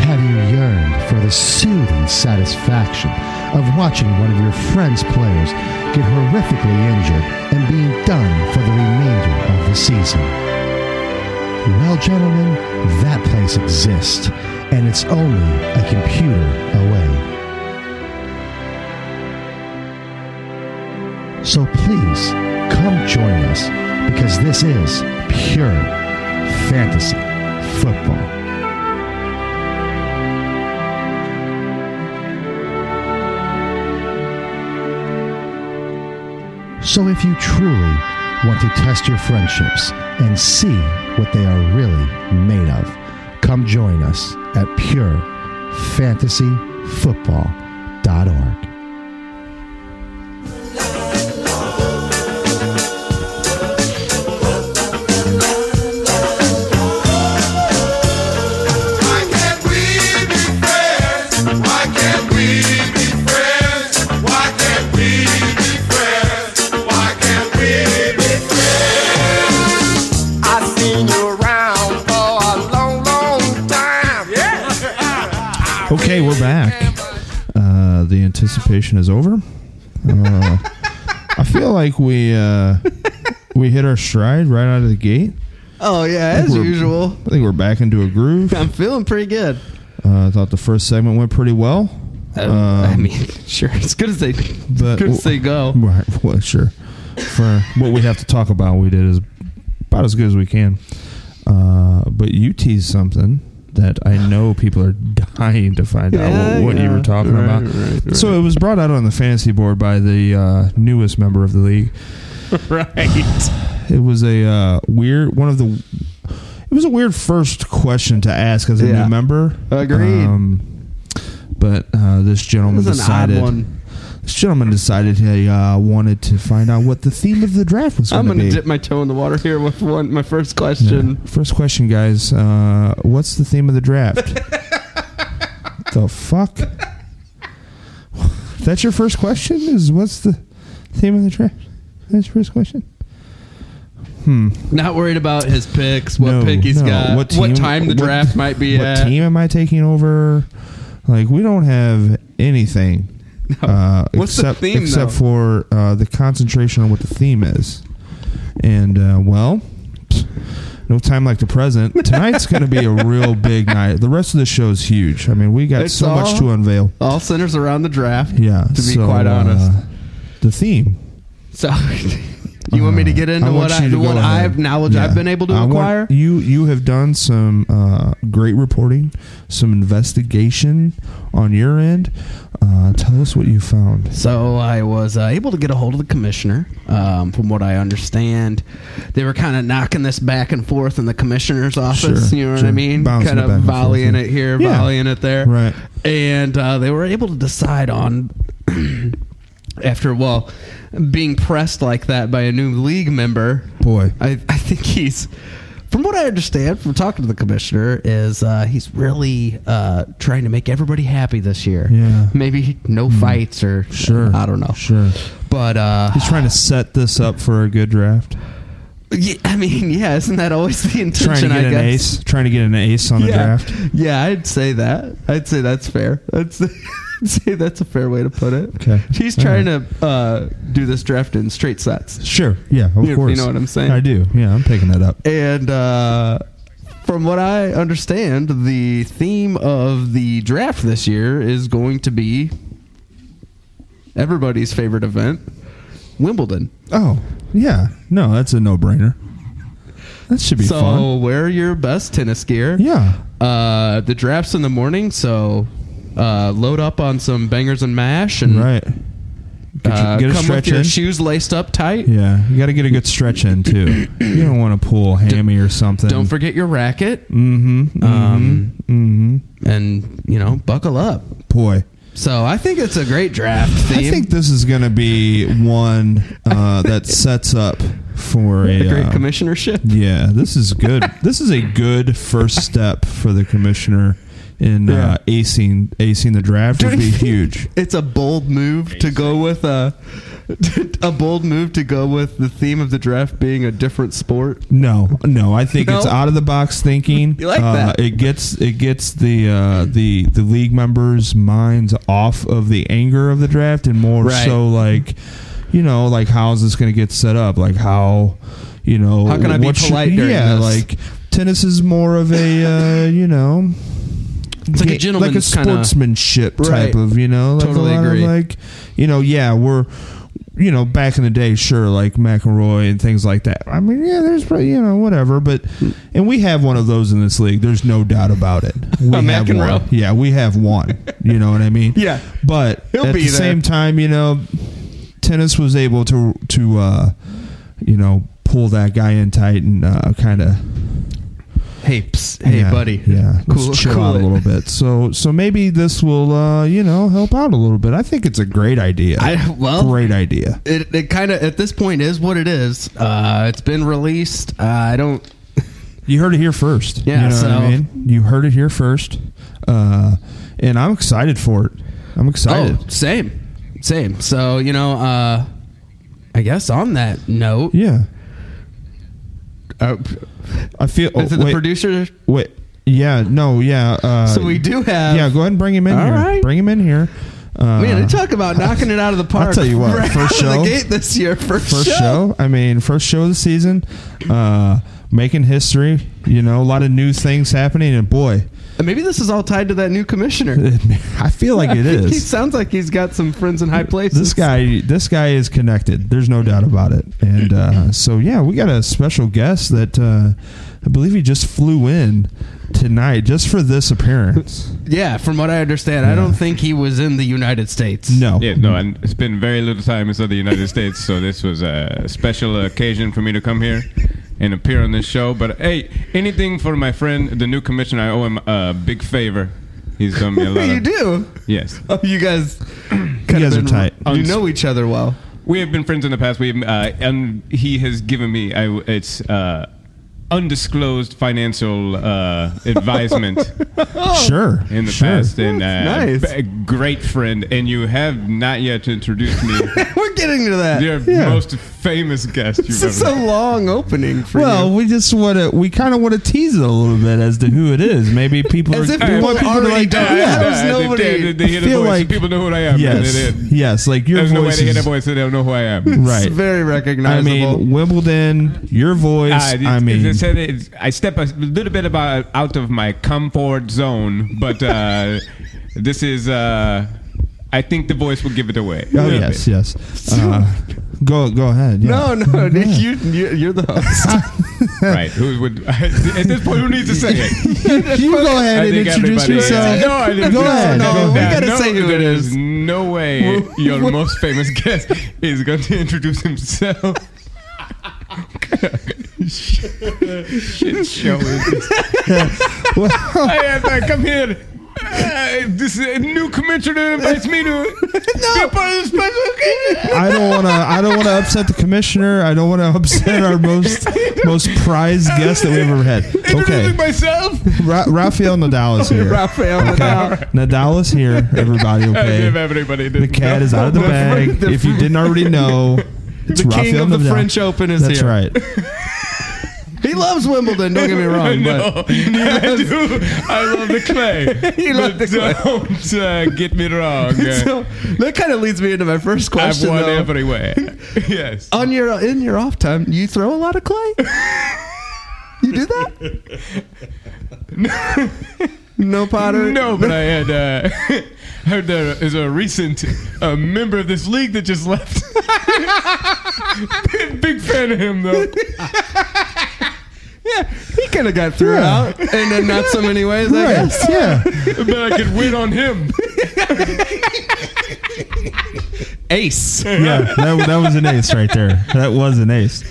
Speaker 3: Have you yearned for the soothing satisfaction of watching one of your friends' players get horrifically injured and being done for the remainder of the season? Well, gentlemen, that place exists, and it's only a computer away. So please come join us because this is pure fantasy football. So if you truly want to test your friendships and see what they are really made of, come join us at purefantasyfootball.org.
Speaker 4: Why can't we be friends? Why can't we be friends? Why can't we be friends? Why can't we be friends? I've seen you around for a long, long time. Yeah.
Speaker 1: Okay, we're back. Uh, the anticipation is over. Uh, I feel like we uh, we hit our stride right out of the gate.
Speaker 2: Oh yeah, as
Speaker 1: We're-
Speaker 2: usual.
Speaker 1: I think we're back into a groove. Uh,
Speaker 2: I'm feeling pretty good.
Speaker 1: I thought the first segment went pretty well.
Speaker 2: Um, I
Speaker 1: Um,
Speaker 2: mean, sure, as good as they,
Speaker 1: but-
Speaker 2: as good as they go.
Speaker 1: Right. Well, sure. For what we have to talk about, we did is about as good as we can. Uh, but you teased something that I know people are dying to find out what, what you were talking
Speaker 2: Right,
Speaker 1: about.
Speaker 2: right, right.
Speaker 1: So it was brought out on the fantasy board by the uh, newest member of the league.
Speaker 2: right.
Speaker 1: It was a uh, weird one of the. It was a weird first question to ask as a
Speaker 2: Yeah.
Speaker 1: new member. Um,
Speaker 2: Agreed.
Speaker 1: but uh, this gentleman
Speaker 2: This is an odd
Speaker 1: decided
Speaker 2: one.
Speaker 1: This gentleman decided he uh, wanted to find out what the theme of the draft was
Speaker 2: I'm
Speaker 1: going
Speaker 2: gonna
Speaker 1: to be.
Speaker 2: dip my toe in the water here with one. My first
Speaker 1: Yeah.
Speaker 2: question.
Speaker 1: First question, guys. Uh, what's the theme of the draft? the fuck? That's your first question? Is what's the theme of the draft? That's your first question? Hmm.
Speaker 2: Not worried about his picks, what
Speaker 1: No,
Speaker 2: pick he's
Speaker 1: no.
Speaker 2: got, what,
Speaker 1: What team-
Speaker 2: time the
Speaker 1: what-
Speaker 2: draft might be
Speaker 1: what
Speaker 2: at.
Speaker 1: team am I taking over? Like we don't have anything. Uh,
Speaker 2: What's the
Speaker 1: except,
Speaker 2: theme,
Speaker 1: Except
Speaker 2: though?
Speaker 1: for uh, the concentration on what the theme is, and uh, well, pfft, no time like the present. Tonight's going to be a real big night. The rest of the show's huge. I mean, we got
Speaker 2: It's
Speaker 1: so
Speaker 2: all-
Speaker 1: much to unveil.
Speaker 2: All centers around the draft.
Speaker 1: Yeah,
Speaker 2: To be
Speaker 1: so,
Speaker 2: quite honest.
Speaker 1: uh, the theme.
Speaker 2: So, you want me to get into
Speaker 1: uh, I want
Speaker 2: what
Speaker 1: you
Speaker 2: I,
Speaker 1: to
Speaker 2: the
Speaker 1: go
Speaker 2: what
Speaker 1: ahead.
Speaker 2: I've knowledge
Speaker 1: Yeah.
Speaker 2: I've been able to
Speaker 1: I want-
Speaker 2: acquire?
Speaker 1: you you have done some uh, great reporting, some investigation on your end. Uh, tell us what you found.
Speaker 2: So I was uh, able to get a hold of the commissioner. Um, from what I understand, they were kind of knocking this back and forth in the commissioner's office.
Speaker 1: Sure,
Speaker 2: you know what
Speaker 1: sure.
Speaker 2: I mean?
Speaker 1: Bouncing
Speaker 2: Kind
Speaker 1: it back
Speaker 2: of
Speaker 1: and forth,
Speaker 2: volleying
Speaker 1: yeah.
Speaker 2: it here,
Speaker 1: Yeah.
Speaker 2: volleying it there.
Speaker 1: Right.
Speaker 2: And uh, they were able to decide on. After well, being pressed like that by a new league member,
Speaker 1: Boy.
Speaker 2: I, I think he's, from what I understand from talking to the commissioner, is uh, he's really uh, trying to make everybody happy this year.
Speaker 1: Yeah. Hmm.
Speaker 2: Maybe no fights or
Speaker 1: Sure.
Speaker 2: I don't know.
Speaker 1: Sure.
Speaker 2: But uh,
Speaker 1: He's trying to set this up for a good draft.
Speaker 2: yeah, I mean, yeah, isn't that always the intention?
Speaker 1: Trying to get
Speaker 2: I
Speaker 1: an
Speaker 2: guess.
Speaker 1: ace. Trying to get an ace on the
Speaker 2: yeah.
Speaker 1: draft.
Speaker 2: Yeah, I'd say that. I'd say that's fair. That's. I'd say that's a fair way to put it.
Speaker 1: Okay.
Speaker 2: He's
Speaker 1: All
Speaker 2: trying to uh, do this draft in straight sets.
Speaker 1: Sure. Yeah. Of
Speaker 2: You- you
Speaker 1: course.
Speaker 2: know what I'm saying?
Speaker 1: I do. Yeah. I'm picking that up.
Speaker 2: And uh, from what I understand, the theme of the draft this year is going to be everybody's favorite event, Wimbledon.
Speaker 1: Oh. Yeah. No, that's a no-brainer. That should be
Speaker 2: so
Speaker 1: fun.
Speaker 2: wear your best tennis gear.
Speaker 1: Yeah.
Speaker 2: Uh, the draft's in the morning, so uh, load up on some bangers and mash and
Speaker 1: Right. Get, your-
Speaker 2: uh,
Speaker 1: get a
Speaker 2: come
Speaker 1: stretch
Speaker 2: with your
Speaker 1: in.
Speaker 2: shoes laced up tight.
Speaker 1: Yeah, you got to get a good stretch in too. You don't want to pull a hammy or something.
Speaker 2: Don't forget your racket
Speaker 1: Mm-hmm. mm-hmm
Speaker 2: Um,
Speaker 1: mm-hmm.
Speaker 2: and you know buckle up.
Speaker 1: Boy,
Speaker 2: So I think it's a great draft theme.
Speaker 1: I think this is going to be one uh, that sets up for a,
Speaker 2: a great
Speaker 1: uh,
Speaker 2: commissionership.
Speaker 1: Yeah, this is good. this is a good first step for the commissioner in uh, acing acing the draft would
Speaker 2: Don't
Speaker 1: be
Speaker 2: you think
Speaker 1: huge.
Speaker 2: It's a bold move to go with a a bold move to go with the theme of the draft being a different sport.
Speaker 1: No, no, I think it's
Speaker 2: No?
Speaker 1: out of the box thinking.
Speaker 2: You like
Speaker 1: Uh,
Speaker 2: that?
Speaker 1: It gets it gets the uh, the the league members' minds off of the anger of the draft and more
Speaker 2: Right.
Speaker 1: so like, you know, like how is this going to get set up? Like how, you know,
Speaker 2: How can I be
Speaker 1: what should-
Speaker 2: polite during
Speaker 1: yeah,
Speaker 2: this?
Speaker 1: like tennis is more of a uh, you know.
Speaker 2: It's like a
Speaker 1: ga- like a
Speaker 2: gentleman's kinda-
Speaker 1: sportsmanship
Speaker 2: Right.
Speaker 1: type of you know, like
Speaker 2: Totally
Speaker 1: a lot
Speaker 2: agree.
Speaker 1: of like, you know, yeah, we're you know, back in the day, sure, like McElroy and things like that. I mean, yeah, there's probably, you know whatever, but and we have one of those in this league. There's no doubt about it. We
Speaker 2: A
Speaker 1: have
Speaker 2: McEnroe.
Speaker 1: one. Yeah, we have one. You know what I mean?
Speaker 2: Yeah.
Speaker 1: But
Speaker 2: He'll
Speaker 1: at
Speaker 2: be
Speaker 1: the
Speaker 2: there.
Speaker 1: same time, you know, tennis was able to to uh, you know pull that guy in tight and uh, kind of
Speaker 2: Hey, psst, hey,
Speaker 1: yeah,
Speaker 2: buddy.
Speaker 1: Yeah,
Speaker 2: cool.
Speaker 1: Let's chill
Speaker 2: cool
Speaker 1: out
Speaker 2: it.
Speaker 1: a little bit. So, so maybe this will, uh, you know, help out a little bit. I think it's a great idea.
Speaker 2: I- well-
Speaker 1: great idea.
Speaker 2: It, it kind of at this point is what it is. Uh, it's been released. Uh, I don't.
Speaker 1: You heard it here first.
Speaker 2: Yeah,
Speaker 1: you know what
Speaker 2: so-
Speaker 1: I mean. You heard it here first, uh, and I'm excited for it. I'm excited.
Speaker 2: Oh, same, same. So you know, uh, I guess on that note,
Speaker 1: Yeah,
Speaker 2: uh,
Speaker 1: I feel. Oh,
Speaker 2: is it the
Speaker 1: wait,
Speaker 2: producer?
Speaker 1: wait. Yeah, no, yeah. Uh,
Speaker 2: So we do have.
Speaker 1: Yeah, go ahead and bring him in
Speaker 2: All
Speaker 1: here.
Speaker 2: right.
Speaker 1: Bring him in here. Uh,
Speaker 2: Man, they talk about knocking it out of the park.
Speaker 1: tell you what,
Speaker 2: right
Speaker 1: first
Speaker 2: out of the
Speaker 1: show-
Speaker 2: gate this year. First,
Speaker 1: first show. I mean, first show of the season, uh, making history. You know, a lot of new things happening, and boy,
Speaker 2: And Maybe this is all tied to that new commissioner.
Speaker 1: I feel like it
Speaker 2: He
Speaker 1: is.
Speaker 2: sounds like he's got some friends in high places.
Speaker 1: This guy, this guy is connected. There's no doubt about it. And uh, so, yeah, we got a special guest that uh, I believe he just flew in tonight just for this appearance.
Speaker 2: Yeah, from what I understand, I don't think he was in the United States.
Speaker 1: No,
Speaker 5: Yeah, no, and it's been very little time inside the United States, so this was a special occasion for me to come here and appear on this show. But hey, anything for my friend, the new commissioner, I owe him a big favor. He's done me a lot.
Speaker 2: you
Speaker 5: of-
Speaker 2: do.
Speaker 5: Yes.
Speaker 2: Oh, you guys could
Speaker 1: Uh, You
Speaker 2: have
Speaker 1: guys are
Speaker 2: been-
Speaker 1: tight.
Speaker 2: You know each other well.
Speaker 5: We have been friends in the past. We have, uh, and he has given me I, it's uh, undisclosed financial uh, advisement
Speaker 1: Sure.
Speaker 5: in the
Speaker 1: sure.
Speaker 5: past, and uh,
Speaker 2: That's nice.
Speaker 5: a great friend. And you have not yet introduced me.
Speaker 2: We're getting to that.
Speaker 5: Your
Speaker 1: Yeah.
Speaker 5: most famous guest you've
Speaker 2: This
Speaker 5: ever.
Speaker 2: is a long opening for
Speaker 1: Well,
Speaker 2: you.
Speaker 1: we just want to. We kind of want to tease it a little bit as to who it is. Maybe people
Speaker 2: As
Speaker 1: are.
Speaker 2: if
Speaker 1: we
Speaker 2: people
Speaker 1: want people to
Speaker 2: already
Speaker 1: like.
Speaker 2: don't
Speaker 5: I- I-
Speaker 2: Yeah, there's
Speaker 5: I- they-
Speaker 2: nobody-
Speaker 5: They, they hear
Speaker 1: I
Speaker 5: the
Speaker 1: feel
Speaker 5: voice.
Speaker 1: like-
Speaker 5: people know who I am.
Speaker 1: Yes.
Speaker 5: They- they-
Speaker 1: Yes. Like your
Speaker 5: There's no way
Speaker 1: voice.
Speaker 5: to hear
Speaker 1: is-
Speaker 5: that voice and they don't know who I am.
Speaker 2: It's
Speaker 1: Right.
Speaker 2: very
Speaker 1: I
Speaker 2: recognizable.
Speaker 1: mean, Wimbledon. Your voice.
Speaker 5: Uh, it-
Speaker 1: I mean,
Speaker 5: it said it's- I step a little bit about out of my comfort zone, but uh, this is. Uh, I think the voice will give it away.
Speaker 1: oh yes, yes. Uh, go go ahead. yeah.
Speaker 2: no, no,
Speaker 1: Yeah.
Speaker 2: you, you, you're the host.
Speaker 5: right. Who would at this point? Who needs to say it?
Speaker 1: you go ahead
Speaker 5: I
Speaker 1: and
Speaker 5: think
Speaker 1: introduce
Speaker 5: everybody-
Speaker 1: yourself.
Speaker 5: No, I didn't.
Speaker 1: Go
Speaker 5: no,
Speaker 1: ahead.
Speaker 5: No,
Speaker 1: Go
Speaker 5: no,
Speaker 2: we
Speaker 1: ahead.
Speaker 2: gotta say who it
Speaker 5: there
Speaker 2: is.
Speaker 5: No way. Your most famous guest is going to introduce himself. Shit show is this? I have to come here. Uh, this uh, new commissioner invites me to be a part of the special occasion.
Speaker 1: I don't want to. I don't want to upset the commissioner. I don't want to upset our most most prized guest that we've ever had.
Speaker 5: Introducing
Speaker 1: Okay,
Speaker 5: myself.
Speaker 1: Ra- Rafael Nadal is here.
Speaker 2: Rafael Nadal.
Speaker 1: Okay. Nadal is here. Everybody,
Speaker 5: I give
Speaker 1: okay.
Speaker 5: everybody
Speaker 1: The cat is out of the
Speaker 2: The fr-
Speaker 1: bag.
Speaker 2: the
Speaker 1: If you
Speaker 2: fr-
Speaker 1: didn't already know, it's
Speaker 2: The king
Speaker 1: Rafael
Speaker 2: of the
Speaker 1: Nadal.
Speaker 2: French Open is
Speaker 1: That's
Speaker 2: here.
Speaker 1: right.
Speaker 2: He loves Wimbledon, don't get me wrong.
Speaker 5: no,
Speaker 2: But
Speaker 5: I do. I love the clay.
Speaker 2: He loved
Speaker 5: But
Speaker 2: the clay.
Speaker 5: Don't uh, get me wrong. Uh,
Speaker 2: so that kind of leads me into my first
Speaker 5: I've
Speaker 2: question.
Speaker 5: won
Speaker 2: though.
Speaker 5: everywhere. Yes.
Speaker 2: On your in your off time, you throw a lot of clay. you do that? no Potter.
Speaker 5: No, but I had uh, heard there is a recent uh, member of this league that just left. Big- Big fan of him, though.
Speaker 2: he kind of got thrown
Speaker 1: Yeah.
Speaker 2: out, and then not so many ways. I
Speaker 1: Right.
Speaker 2: guess.
Speaker 1: Yeah.
Speaker 5: But I could win on him.
Speaker 2: Ace.
Speaker 1: yeah, that, that was an ace right there. That was an ace.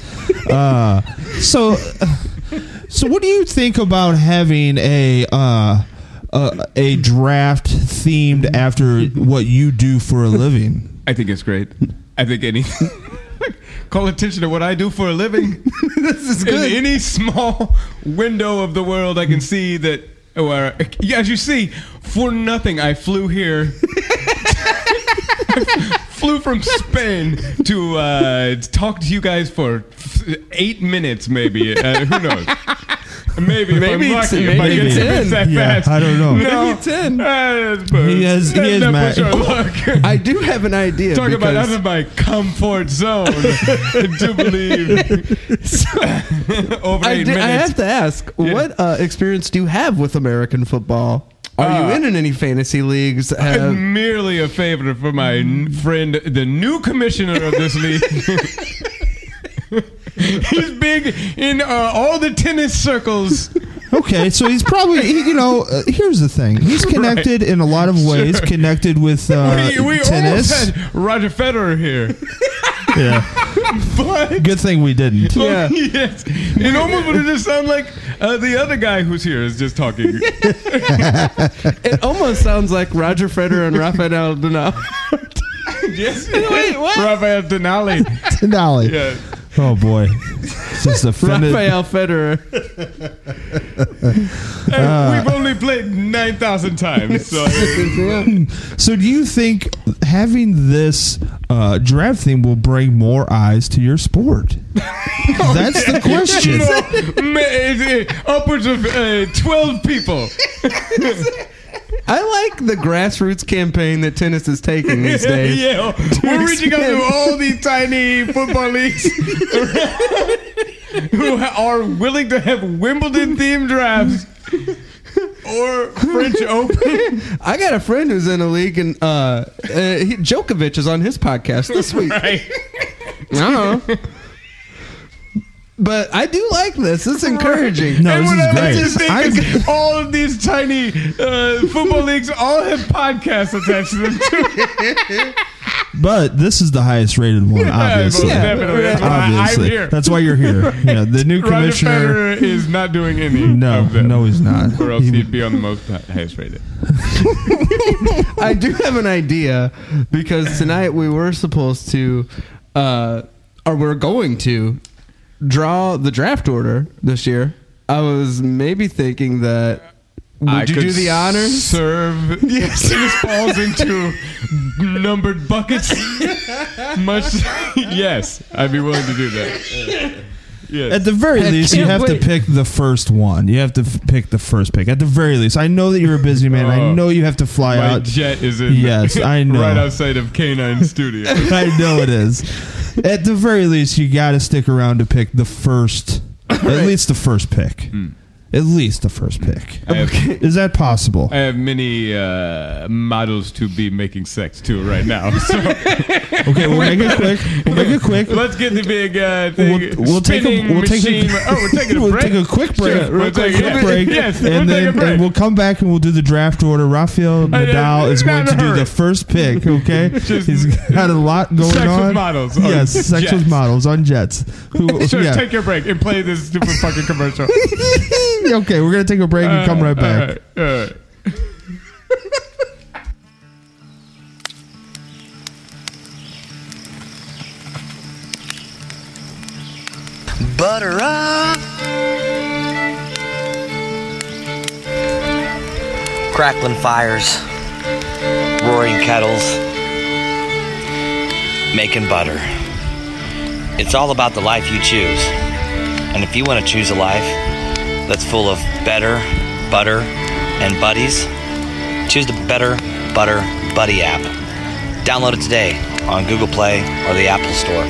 Speaker 1: Uh, so, uh, so what do you think about having a uh, a, a draft themed after what you do for a living?
Speaker 5: I think it's great. I think any. Call attention to what I do for a living.
Speaker 2: this is
Speaker 5: in
Speaker 2: good. Hmm.
Speaker 5: any small window of the world, I can see that. Or, yeah, as you see, for nothing, I flew here. flew from Spain to uh, talk to you guys for f- eight minutes, maybe. Uh, who knows?
Speaker 2: Maybe
Speaker 5: Maybe, if I'm
Speaker 2: it's-
Speaker 5: lucky, if I
Speaker 2: maybe
Speaker 5: get
Speaker 2: it's
Speaker 5: it
Speaker 2: in.
Speaker 5: that
Speaker 1: Yeah,
Speaker 5: fast.
Speaker 1: I don't know.
Speaker 5: No.
Speaker 2: Maybe it's in.
Speaker 5: Uh,
Speaker 1: He has- he
Speaker 5: that's
Speaker 1: has
Speaker 5: not
Speaker 1: Matt-
Speaker 5: much our luck.
Speaker 2: I do have an idea.
Speaker 5: Talk about
Speaker 2: because-
Speaker 5: out of my comfort zone to believe. Over
Speaker 2: I,
Speaker 5: eight
Speaker 2: did- I
Speaker 5: minutes.
Speaker 2: have to ask, what uh, experience do you have with American football? Are you
Speaker 5: Uh,
Speaker 2: in, in any fantasy leagues?
Speaker 1: Uh,
Speaker 5: I'm
Speaker 2: Have,
Speaker 5: merely a favor for my n- friend, the new commissioner of this league. He's big in uh, all the tennis circles.
Speaker 1: Okay, so he's probably he- you know. Uh, here's the thing: he's connected in a lot of ways. Connected with uh,
Speaker 5: we we
Speaker 1: tennis.
Speaker 5: almost had Roger Federer here,
Speaker 1: yeah.
Speaker 5: but
Speaker 1: Good thing we didn't.
Speaker 2: Yeah.
Speaker 5: yes, it almost would have just sound like uh, the other guy who's here is just talking.
Speaker 2: it almost sounds like Roger Federer and Rafael Nadal.
Speaker 5: yes, wait, what? Rafael Denali.
Speaker 1: Denali.
Speaker 5: Yes.
Speaker 1: Oh boy, just offended.
Speaker 2: Rafael Federer.
Speaker 5: And we've only played nine thousand times, so
Speaker 1: So, do you think having this uh, draft theme will bring more eyes to your sport? That's the question.
Speaker 5: No, ma- it's, uh, upwards of uh, twelve people.
Speaker 2: I like the grassroots campaign that tennis is taking these days.
Speaker 5: yeah, we're reaching out to
Speaker 2: expand.
Speaker 5: all the tiny football leagues who ha- are willing to have Wimbledon themed drafts or French Open.
Speaker 2: I got a friend who's in a league, and uh, uh, he, Djokovic is on his podcast this week.
Speaker 5: Right.
Speaker 2: I don't
Speaker 5: Uh-huh.
Speaker 2: know. But I do like this. It's
Speaker 5: Uh-huh.
Speaker 2: encouraging.
Speaker 1: No,
Speaker 5: and what I
Speaker 1: this
Speaker 5: like to
Speaker 1: is great.
Speaker 5: think
Speaker 1: I,
Speaker 5: is all of these tiny uh, football leagues all have podcasts attached to them too.
Speaker 1: But this is the highest rated one, obviously.
Speaker 5: most definitely. That's why I'm
Speaker 1: obviously.
Speaker 5: here.
Speaker 1: That's why you're here. Yeah, the new
Speaker 5: Roger
Speaker 1: commissioner.
Speaker 5: Federer is not doing any.
Speaker 1: No,
Speaker 5: of them,
Speaker 1: no, he's not.
Speaker 5: Or else
Speaker 1: He-
Speaker 5: he'd be on the most uh, highest rated.
Speaker 2: I do have an idea because tonight we were supposed to, uh, or we're going to, draw the draft order this year. I was maybe thinking that. Would
Speaker 5: I
Speaker 2: you
Speaker 5: could
Speaker 2: do the honors?
Speaker 5: Serve yes. tennis balls into numbered buckets. Much yes, I'd be willing to do that. Yes.
Speaker 1: At the very
Speaker 2: I
Speaker 1: least, you
Speaker 2: can't
Speaker 1: have
Speaker 2: wait.
Speaker 1: to pick the first one. You have to f- pick the first pick. At the very least, I know that you're a busy man. I
Speaker 5: Oh.
Speaker 1: know you have to fly
Speaker 5: My
Speaker 1: out.
Speaker 5: jet is in.
Speaker 1: Yes, I know.
Speaker 5: right outside of Canine Studio.
Speaker 1: I know it is. At the very least, you got to stick around to pick the first, at least the first pick. At least the first pick.
Speaker 5: Hmm. I have,
Speaker 1: Is that possible?
Speaker 5: I have many uh, models to be making sex to right now. So
Speaker 1: Okay, we'll make it quick. We'll make it quick.
Speaker 5: let's get the big uh, thing.
Speaker 1: We'll, we'll take a
Speaker 5: Spinning
Speaker 1: we'll take
Speaker 5: machine.
Speaker 1: a,
Speaker 5: oh, we're taking a
Speaker 1: we'll
Speaker 5: break.
Speaker 1: take a quick break,
Speaker 5: Sure, we'll
Speaker 1: real quick,
Speaker 5: take a-
Speaker 1: quick break,
Speaker 5: Yes, we'll
Speaker 1: and
Speaker 5: take
Speaker 1: then
Speaker 5: a break.
Speaker 1: and we'll come back and we'll do the draft order. Rafael
Speaker 5: I- I-
Speaker 1: Nadal is going
Speaker 5: not
Speaker 1: to
Speaker 5: in a
Speaker 1: do
Speaker 5: hurry.
Speaker 1: the first pick. Okay,
Speaker 5: Just-
Speaker 1: he's got a lot going
Speaker 5: Sex with
Speaker 1: on.
Speaker 5: models on
Speaker 1: yes, sex
Speaker 5: jets.
Speaker 1: with models on jets. Who,
Speaker 5: Sure,
Speaker 1: yeah.
Speaker 5: take your break and play this stupid fucking commercial.
Speaker 1: okay, we're gonna take a break and come right back.
Speaker 5: Uh, uh, uh.
Speaker 6: butter up. Crackling fires, roaring kettles, making butter. It's all about the life you choose. And if you want to choose a life that's full of better, butter, and buddies, choose the Better Butter Buddy app. Download it today on Google Play or the Apple Store.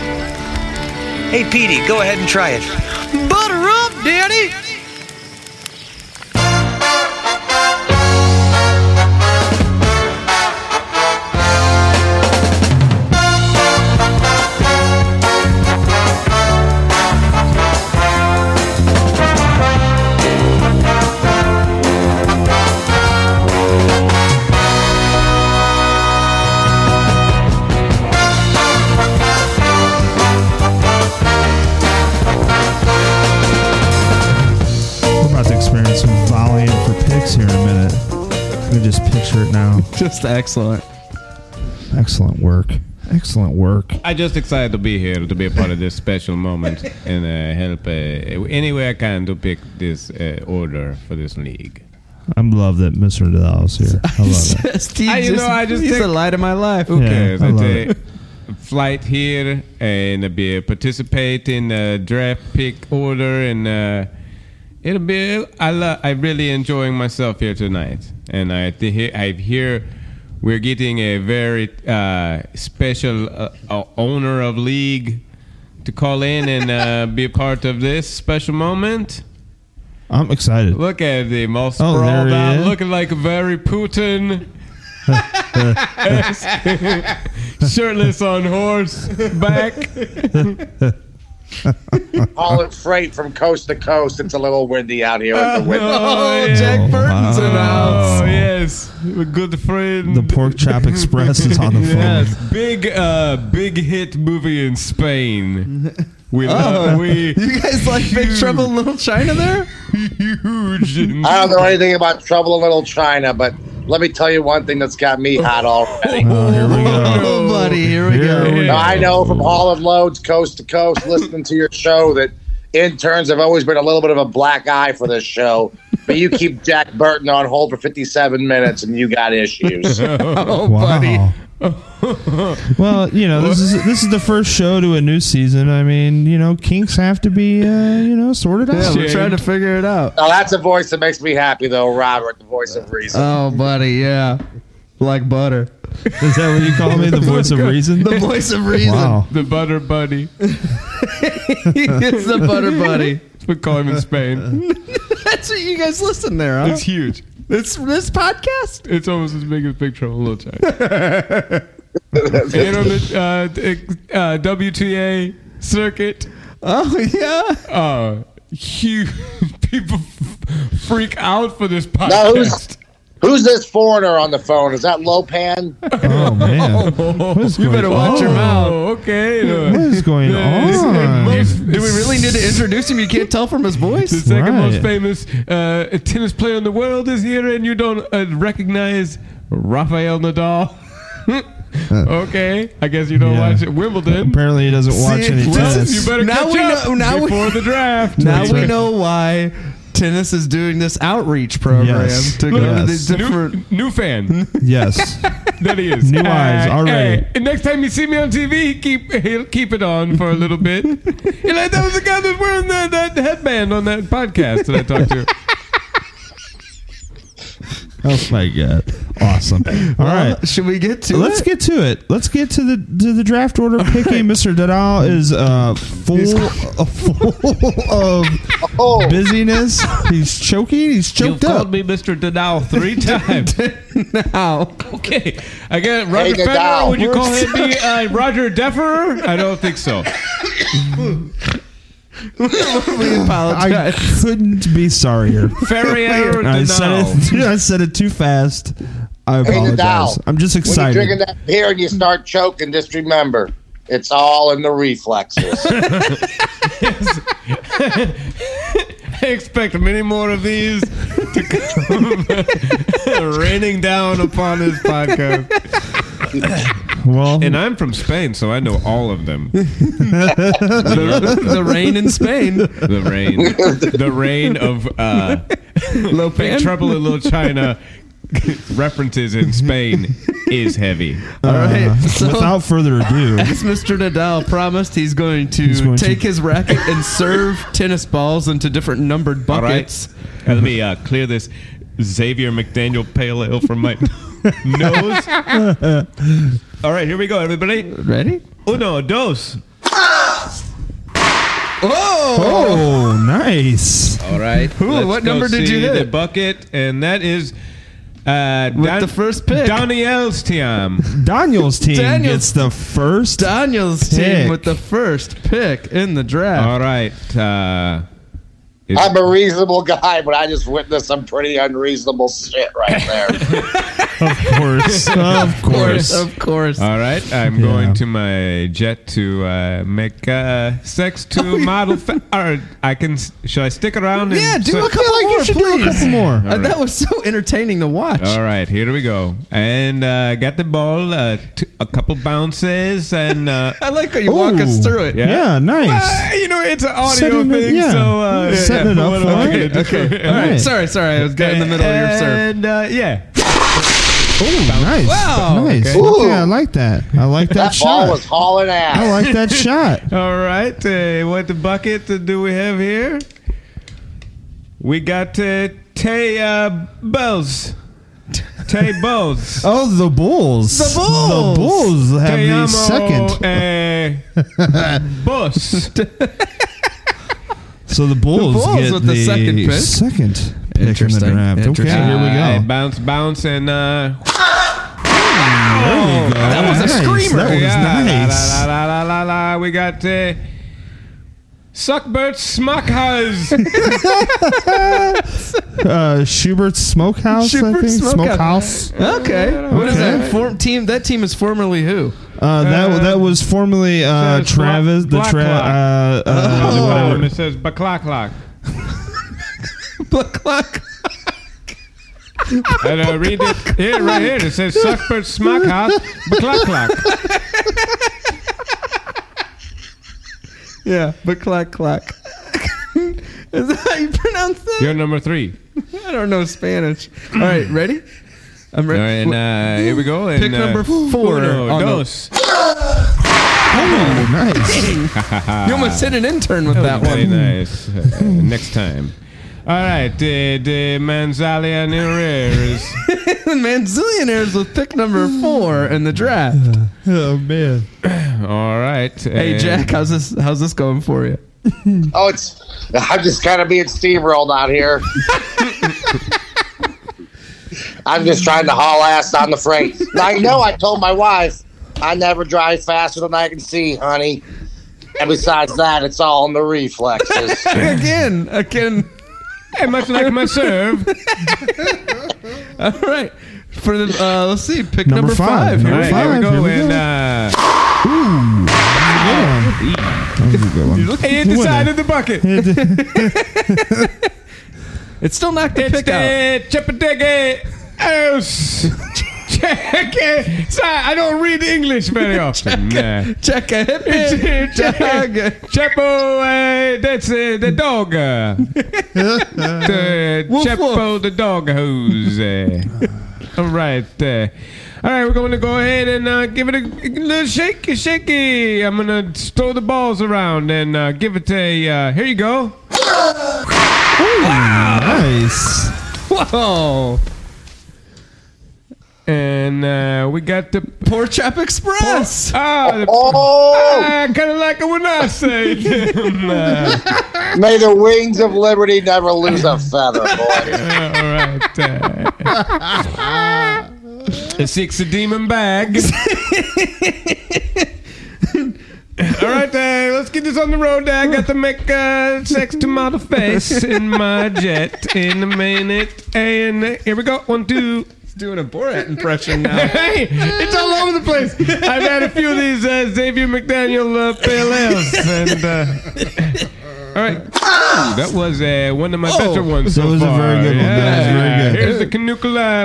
Speaker 6: Hey, Petey, go ahead and try it. Butter up, Daddy!
Speaker 1: We're about to experience some volleying for picks here in a minute. I can just picture it now.
Speaker 2: Just excellent.
Speaker 1: Excellent work. Excellent work.
Speaker 5: I'm just excited to be here to be a part of this special moment and uh, help uh, any way I can to pick this uh, order for this league.
Speaker 1: I love that Mr. Nadal's here. I love it.
Speaker 2: Steve
Speaker 5: I- you
Speaker 2: just-
Speaker 5: know, I just
Speaker 2: he's
Speaker 5: think-
Speaker 2: the light of my life.
Speaker 5: Who
Speaker 1: Yeah,
Speaker 5: cares?
Speaker 1: I
Speaker 5: It's
Speaker 1: love
Speaker 5: a
Speaker 1: it.
Speaker 5: flight here and be a participate in the draft pick order and uh, it'll be. I lo- I really enjoying myself here tonight, and I th- he- I hear we're getting a very uh, special uh, uh, owner of league to call in and uh, be a part of this special moment.
Speaker 1: I'm excited.
Speaker 5: Look at the most
Speaker 1: Oh, there
Speaker 5: sprawled
Speaker 1: he
Speaker 5: out,
Speaker 1: is.
Speaker 5: looking like very Putin. Shirtless on horse back.
Speaker 7: hauling freight from coast to coast. It's a little windy out here at the window.
Speaker 5: Oh,
Speaker 2: Jack
Speaker 1: Oh,
Speaker 2: Burton's
Speaker 1: wow.
Speaker 5: Oh,
Speaker 2: announced.
Speaker 5: yes. A good friend.
Speaker 1: The Pork Chop Express is on the phone.
Speaker 5: Yes, big, uh, big hit movie in Spain. We
Speaker 7: Oh.
Speaker 5: love we
Speaker 2: You guys like Big Trouble in Little China there?
Speaker 5: huge. in-
Speaker 7: I don't know anything about trouble in Little China, but let me tell you one thing that's got me hot already.
Speaker 1: Oh, here we go.
Speaker 2: Oh, buddy, here we
Speaker 1: Here
Speaker 2: go.
Speaker 1: we
Speaker 7: Now, I know from hauling loads coast to coast, listening to your show, that interns have always been a little bit of a black eye for this show. But you keep Jack Burton on hold for 57 minutes, and you got issues.
Speaker 2: Oh, buddy.
Speaker 1: Wow. well, you know, this is this is the first show to a new season. I mean, you know, kinks have to be, uh, you know, sorted
Speaker 2: Yeah,
Speaker 1: out.
Speaker 2: we're trying to figure it out.
Speaker 7: now that's a voice that makes me happy, though, Robert, the voice of reason.
Speaker 2: Oh, buddy, yeah. Like butter.
Speaker 1: Is that what you call me? The voice of reason?
Speaker 2: The voice of reason.
Speaker 1: Wow.
Speaker 5: the butter buddy.
Speaker 2: it's the butter buddy.
Speaker 5: We call him in Spain.
Speaker 2: That's what you guys listen there, huh?
Speaker 5: It's huge.
Speaker 2: This this podcast.
Speaker 5: It's almost as big as Big Trouble in Little China. and on the uh, uh, WTA circuit,
Speaker 2: Oh yeah.
Speaker 5: uh, huge people f- freak out for this
Speaker 7: Now, who's-
Speaker 5: podcast.
Speaker 7: Who's this foreigner on the phone? Is that Lopan?
Speaker 1: Oh man, what is
Speaker 2: You
Speaker 1: going
Speaker 2: better watch your
Speaker 1: on?
Speaker 2: mouth.
Speaker 5: Oh, okay.
Speaker 1: What is going on?
Speaker 2: Do we really need to introduce him? You can't tell from his
Speaker 5: The
Speaker 2: voice.
Speaker 5: second most
Speaker 1: Right.
Speaker 5: famous uh, tennis player in the world is here, and you don't uh, recognize Rafael Nadal. okay, I guess you don't
Speaker 1: Yeah.
Speaker 5: watch it. Wimbledon.
Speaker 1: Apparently, he doesn't watch any
Speaker 5: Well,
Speaker 1: tennis.
Speaker 5: you better
Speaker 2: Now
Speaker 5: catch
Speaker 2: we
Speaker 5: up
Speaker 2: know- now we-
Speaker 5: before the draft.
Speaker 2: Now
Speaker 1: That's
Speaker 2: we
Speaker 1: right.
Speaker 2: know why tennis is doing this outreach program
Speaker 1: Yes.
Speaker 2: to go to
Speaker 1: Yes.
Speaker 2: these different.
Speaker 5: New, new fan.
Speaker 1: yes,
Speaker 5: That he is.
Speaker 1: New eyes already.
Speaker 5: and next time you see me on TV, keep he'll keep it on for a little bit. You're like, that was the guy that's wearing that, that headband on that podcast that I talked to.
Speaker 1: oh my god, awesome. All right.
Speaker 2: Should we get to
Speaker 1: Let's
Speaker 2: it?
Speaker 1: get to it. Let's get to the to the draft order picking. Mr. Dadal is uh, full, uh, full of
Speaker 7: Oh,
Speaker 1: busyness. He's choking. He's choked up.
Speaker 5: me Mr. Dodal three times.
Speaker 2: now.
Speaker 5: okay. I got Roger
Speaker 7: Hey,
Speaker 5: Federer.
Speaker 7: Nadal.
Speaker 5: Would you call him the uh, Roger Deferer? I don't think so.
Speaker 2: We
Speaker 1: I
Speaker 2: apologize.
Speaker 1: couldn't be sorrier.
Speaker 5: Ferrier or
Speaker 1: I said
Speaker 5: Nadal?
Speaker 1: it. I said it too fast. I
Speaker 7: Hey, Nadal.
Speaker 1: apologize. I'm just
Speaker 7: when you're drinking
Speaker 1: excited.
Speaker 7: that beer and you start choking, just remember it's all in the reflexes.
Speaker 5: I expect many more of these to come raining down upon this podcast.
Speaker 1: Well,
Speaker 5: And I'm from Spain, so I know all of them.
Speaker 2: the, the rain in
Speaker 1: Uh,
Speaker 2: Spain.
Speaker 5: The rain, the rain of uh, Big Trouble in Little China references in Spain is heavy. Uh,
Speaker 2: All right. So
Speaker 1: without further ado,
Speaker 2: as Mr. Nadal promised, he's going to
Speaker 1: going to-
Speaker 2: take his racket and serve tennis balls into different numbered
Speaker 5: All right,
Speaker 2: buckets.
Speaker 5: Now, let me uh, clear this Xavier McDaniel pale ale from my nose. All right, here we go, everybody.
Speaker 2: Ready?
Speaker 5: Uno, dos.
Speaker 2: Oh!
Speaker 1: oh, nice.
Speaker 5: All right.
Speaker 2: Ooh, what number did you
Speaker 5: The
Speaker 2: hit?
Speaker 5: bucket, and that is. Uh,
Speaker 2: With the first pick.
Speaker 5: Daniel's Tiam.
Speaker 1: Daniel's team
Speaker 2: Daniel-
Speaker 1: gets the first.
Speaker 2: Daniel's team
Speaker 1: Pick.
Speaker 2: with the first pick in the
Speaker 5: All
Speaker 2: draft.
Speaker 5: right. Uh, is-
Speaker 7: I'm a reasonable guy, but I just witnessed some pretty unreasonable shit right there.
Speaker 1: Of course, of course. Uh,
Speaker 2: Of course.
Speaker 5: All right, I'm
Speaker 1: Yeah.
Speaker 5: going to my jet to uh, make uh, sex to model. Fa- or I can. Shall I stick around? and
Speaker 2: yeah, do
Speaker 5: so-
Speaker 2: a couple more,
Speaker 1: you should do a
Speaker 2: please.
Speaker 1: couple more.
Speaker 2: Uh, That was so entertaining to watch.
Speaker 5: All right, here we go. And uh, got the ball, uh, t- a couple bounces, and uh,
Speaker 2: I like how you walk
Speaker 1: Ooh.
Speaker 2: us through it.
Speaker 1: Yeah, nice.
Speaker 5: Ah, you know it's an audio
Speaker 1: Setting it-
Speaker 5: thing,
Speaker 1: yeah.
Speaker 5: so uh,
Speaker 1: Setting it up
Speaker 5: what
Speaker 1: for
Speaker 5: am I
Speaker 1: it.
Speaker 5: gonna do?
Speaker 2: Okay. All
Speaker 1: All
Speaker 2: right.
Speaker 1: right.
Speaker 2: Sorry, sorry. I was getting in the middle of your serve.
Speaker 5: And uh, yeah,
Speaker 1: Oh, nice.
Speaker 2: Wow.
Speaker 1: Nice.
Speaker 7: Okay.
Speaker 1: Okay, I like that. I like that,
Speaker 7: That
Speaker 1: shot.
Speaker 7: ball was hauling ass.
Speaker 1: I like that shot.
Speaker 5: all right. Uh, what the bucket uh, do we have here? We got uh, Tay uh, Bells. Tay Bells.
Speaker 1: Oh, the Bulls.
Speaker 2: The Bulls.
Speaker 1: The Bulls have
Speaker 5: Te
Speaker 1: the
Speaker 5: amo,
Speaker 1: second.
Speaker 5: eh, boss.
Speaker 1: So the Bulls,
Speaker 2: Bulls
Speaker 1: get
Speaker 2: with the second pick.
Speaker 1: second pick in
Speaker 2: Interesting.
Speaker 1: the draft. Okay,
Speaker 2: Interesting.
Speaker 1: here we
Speaker 5: Uh,
Speaker 1: go.
Speaker 5: bounce, bounce, and uh,
Speaker 1: There we go.
Speaker 2: That was a
Speaker 1: Nice.
Speaker 2: screamer.
Speaker 1: That was
Speaker 5: yeah,
Speaker 1: nice.
Speaker 5: La, la, la, la, la, la. We got uh, Suckbert Smuckhaz.
Speaker 1: Uh, Schubert's Smokehouse, I
Speaker 2: Schubert
Speaker 1: think.
Speaker 2: Smokehouse.
Speaker 1: Smokehouse.
Speaker 2: Okay. What is
Speaker 1: Okay.
Speaker 2: that form team? That team is formerly who?
Speaker 1: Uh, that
Speaker 5: Uh,
Speaker 1: that was formerly uh,
Speaker 5: Black-
Speaker 1: Travis. The
Speaker 5: Black
Speaker 1: Tra-
Speaker 5: Lock.
Speaker 1: uh, uh,
Speaker 5: Another one of them.
Speaker 2: Oh.
Speaker 1: whatever.
Speaker 5: It says Baclock Lock.
Speaker 2: Black Clock.
Speaker 5: And uh, read it here, right here. It says Suckbert Smuckhaz Baclock Lock.
Speaker 2: Yeah, but clack clack. Is that how you pronounce that?
Speaker 5: You're number three.
Speaker 2: I don't know Spanish. All right, ready? I'm
Speaker 5: All
Speaker 2: ready.
Speaker 5: right, and uh, here we go. And,
Speaker 2: Pick
Speaker 5: uh, Oh,
Speaker 2: number four
Speaker 5: Uno,
Speaker 2: on the-
Speaker 5: dos.
Speaker 1: Oh, nice.
Speaker 2: you almost hit an intern with that
Speaker 5: Very
Speaker 2: one.
Speaker 5: nice. Uh, next time. All right, the the Manzalia Nerers.
Speaker 2: Manzillionaires with pick number four in the draft.
Speaker 1: oh man.
Speaker 5: All right. Uh,
Speaker 2: Hey Jack, how's this? How's this going for you?
Speaker 7: Oh, it's. I'm just kind of being steamrolled out here. I'm just trying to haul ass on the freight. Now, I know I told my wife I never drive faster than I can see, honey. And besides that, it's all in the reflexes.
Speaker 2: Again, again.
Speaker 5: Hey, much like my serve.
Speaker 2: All right. For the uh, let's see, pick number,
Speaker 1: Number five.
Speaker 2: five.
Speaker 1: Number
Speaker 2: All
Speaker 5: All
Speaker 1: Five,
Speaker 2: right,
Speaker 5: right, here we go.
Speaker 1: here we
Speaker 5: and
Speaker 1: go.
Speaker 5: uh,
Speaker 1: You look
Speaker 5: hit the side of the bucket.
Speaker 2: It's still not the
Speaker 5: It's
Speaker 2: pick out.
Speaker 5: the Chippedige House. Check it. Sorry, I don't read English very often. Nah.
Speaker 2: Check a hip
Speaker 5: It's-
Speaker 2: check.
Speaker 5: Chepo, uh, that's uh, the dog. Uh, the uh,
Speaker 2: Woof,
Speaker 5: Chepo, the dog hose. Uh, all right. Uh, all right, we're going to go ahead and uh, give it a, a little shaky, shaky. I'm going to throw the balls around and uh, give it a. Uh, here you go.
Speaker 1: Nice.
Speaker 5: Whoa. Oh. And uh, we got the.
Speaker 2: Poor Chap Express.
Speaker 5: Ah, the.
Speaker 7: Oh,
Speaker 5: I kind of Ah, like it when I say it.
Speaker 7: may the wings of liberty never lose a feather, boy.
Speaker 5: All right. uh, a six a demon bag. All right, uh, let's get this on the road. I got to make uh, sex to model face in my jet in a minute. And uh, here we go. One, two.
Speaker 2: He's doing a Borat impression now.
Speaker 5: Hey, it's all over the place. I've had a few of these uh, Xavier McDaniel uh, pale ales, and uh, all right, that was uh, one of my better ones.
Speaker 1: Oh, That was
Speaker 5: so
Speaker 1: a
Speaker 5: far.
Speaker 1: very good one. That was very
Speaker 5: Yeah.
Speaker 1: good.
Speaker 5: Here's the canucula.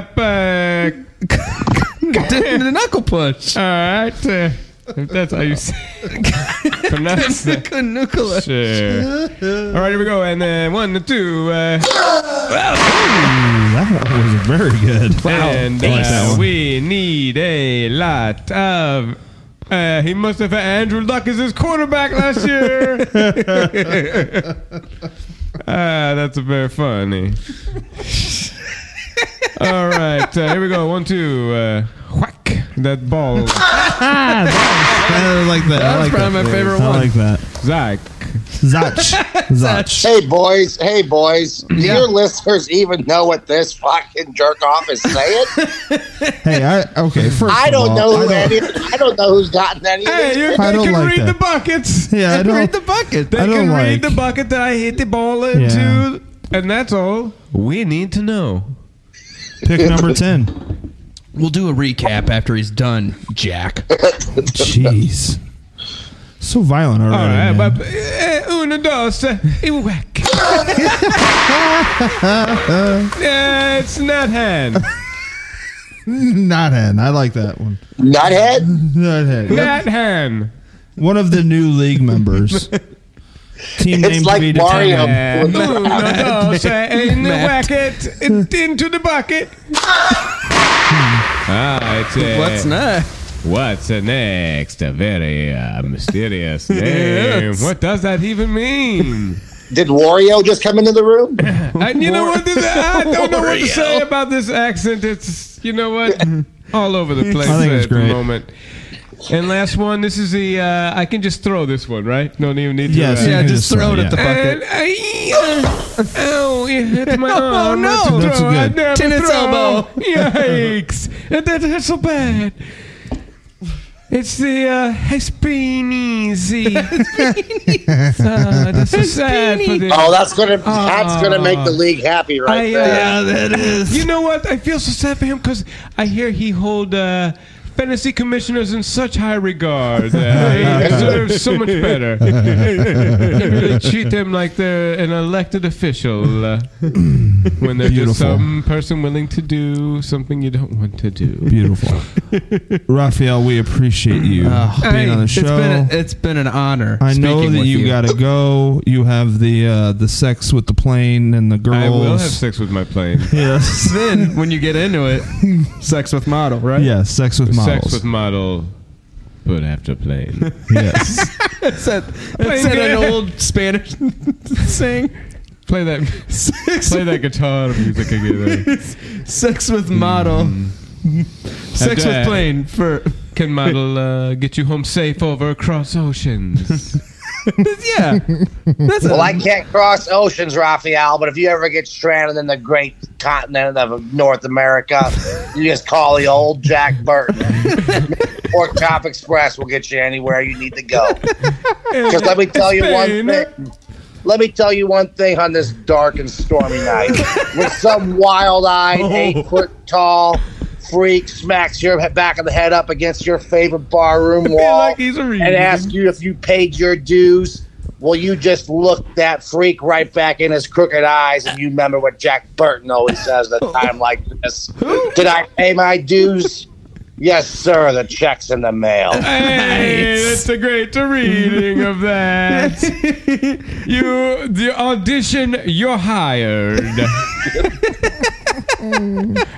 Speaker 5: Uh,
Speaker 2: Did the knuckle punch.
Speaker 5: all right, uh, if that's how you say it. pronounce
Speaker 2: The
Speaker 5: that.
Speaker 2: canucula.
Speaker 5: Sure. All right, here we go. And uh, one, two, uh,
Speaker 1: That one was very good.
Speaker 5: and
Speaker 1: I like that
Speaker 5: uh,
Speaker 1: one.
Speaker 5: we need a lot of. Uh, he must have had Andrew Luck as his quarterback last year. Ah, that's very funny. All right, uh, here we go. One, two, uh, whack that ball,
Speaker 1: I like that. I
Speaker 2: was
Speaker 1: like that
Speaker 2: probably my
Speaker 1: phrase.
Speaker 2: favorite
Speaker 1: I
Speaker 2: one.
Speaker 1: like that.
Speaker 5: Zach.
Speaker 1: Zach. Zach.
Speaker 7: hey, boys. Hey, boys. Do your listeners even know what this fucking jerk off is saying?
Speaker 1: Hey, I okay. First,
Speaker 7: I
Speaker 1: of
Speaker 7: don't
Speaker 1: all,
Speaker 7: know
Speaker 1: I
Speaker 7: who
Speaker 1: don't-
Speaker 7: any. I don't know who's gotten any. of
Speaker 5: Hey, you
Speaker 7: this.
Speaker 5: they
Speaker 1: I don't
Speaker 5: can
Speaker 1: like
Speaker 5: read
Speaker 1: that.
Speaker 5: the buckets.
Speaker 1: Yeah, I
Speaker 2: And read the
Speaker 1: don't.
Speaker 2: bucket.
Speaker 5: They
Speaker 1: I don't
Speaker 5: can
Speaker 1: like-
Speaker 5: read the bucket that I hit the ball
Speaker 1: Yeah.
Speaker 5: into, and that's all we need to know.
Speaker 1: Pick number ten.
Speaker 2: We'll do a recap after he's done, Jack.
Speaker 1: Jeez. So violent already.
Speaker 5: All right,
Speaker 1: man.
Speaker 5: but uh, una dos uh, y whack. Yeah, it's not hand.
Speaker 1: Not hand. I like that one.
Speaker 7: Nuthead?
Speaker 1: Not hand.
Speaker 5: Not hand.
Speaker 1: One of the new league members. Team
Speaker 7: It's
Speaker 1: name to
Speaker 7: like
Speaker 1: be
Speaker 7: Mario.
Speaker 1: determined.
Speaker 5: And una dos uh, in the
Speaker 2: Matt.
Speaker 5: bucket, it into the bucket. Ah, it's uh,
Speaker 2: Hmm. What's next?
Speaker 5: What's uh, next? A very uh, mysterious name.
Speaker 2: Yes.
Speaker 5: What does that even mean?
Speaker 7: Did Wario just come into the room?
Speaker 5: And you know what? This, I don't know what to
Speaker 2: Wario.
Speaker 5: say about this accent. It's you know what, all over the place
Speaker 1: I think it's
Speaker 5: at the
Speaker 1: great.
Speaker 5: moment. And last one. This is the. Uh, I can just throw this one, right? Don't even need to.
Speaker 1: Yes,
Speaker 5: uh,
Speaker 1: you
Speaker 2: Yeah,
Speaker 1: can
Speaker 2: just throw it at the
Speaker 1: yeah.
Speaker 5: and
Speaker 2: bucket.
Speaker 5: I, uh, oh, it hit my
Speaker 2: Oh,
Speaker 5: arm.
Speaker 2: no.
Speaker 5: That's a
Speaker 1: That's
Speaker 5: throw. I
Speaker 1: good.
Speaker 5: never
Speaker 2: Tennis
Speaker 5: throw.
Speaker 2: elbow.
Speaker 5: Yikes! that hurt so bad. It's the uh, Hespinese. Ah, that's so sad for this.
Speaker 7: Oh, that's gonna that's gonna make the league happy
Speaker 5: I,
Speaker 7: right
Speaker 5: uh,
Speaker 7: there.
Speaker 2: that is.
Speaker 5: You know what? I feel so sad for him because I hear he hold uh, fantasy commissioners in such high regard. Uh, he deserves so much better. They really treat them like they're an elected official uh, when they're
Speaker 1: Beautiful.
Speaker 5: just some person willing to do something you don't want to do.
Speaker 1: Beautiful. Raphael, we appreciate you
Speaker 2: Ah, Oh,
Speaker 1: being on the show.
Speaker 2: It's been, it's been an honor.
Speaker 1: I know
Speaker 2: speaking
Speaker 1: that
Speaker 2: with
Speaker 1: you, got to go. You have the uh, the sex with the plane and the girls.
Speaker 5: I will have sex with my plane.
Speaker 1: Yes.
Speaker 2: Then, when you get into it, sex with model, right?
Speaker 1: Yes, sex with models.
Speaker 5: Sex with model, but after plane.
Speaker 1: yes.
Speaker 2: That's, that, that's that an old Spanish saying.
Speaker 5: Play that.
Speaker 2: Sex,
Speaker 5: Play that guitar music again.
Speaker 2: sex with model. Sex
Speaker 5: After-
Speaker 2: with plane for.
Speaker 5: Can model uh, get you home safe over across oceans?
Speaker 2: Yeah. That's
Speaker 7: Well,
Speaker 2: a,
Speaker 7: I can't cross oceans, Raphael, but if you ever get stranded in the great continent of North America, you just call the old Jack Burton. or Top Express will get you anywhere you need to go. Because let me tell you one
Speaker 5: Spain.
Speaker 7: thing. Let me tell you one thing on this dark and stormy night. When some wild eyed,
Speaker 2: Oh.
Speaker 7: eight foot tall freak smacks your he- back of the head up against your favorite barroom wall
Speaker 2: like he's a
Speaker 7: and ask you if you paid your dues, will you just look that freak right back in his crooked eyes and you remember what Jack Burton always says at a time like this? Did I pay my dues? Yes, sir. The check's in the mail.
Speaker 5: Hey, that's a great reading of that. you, the audition, you're hired.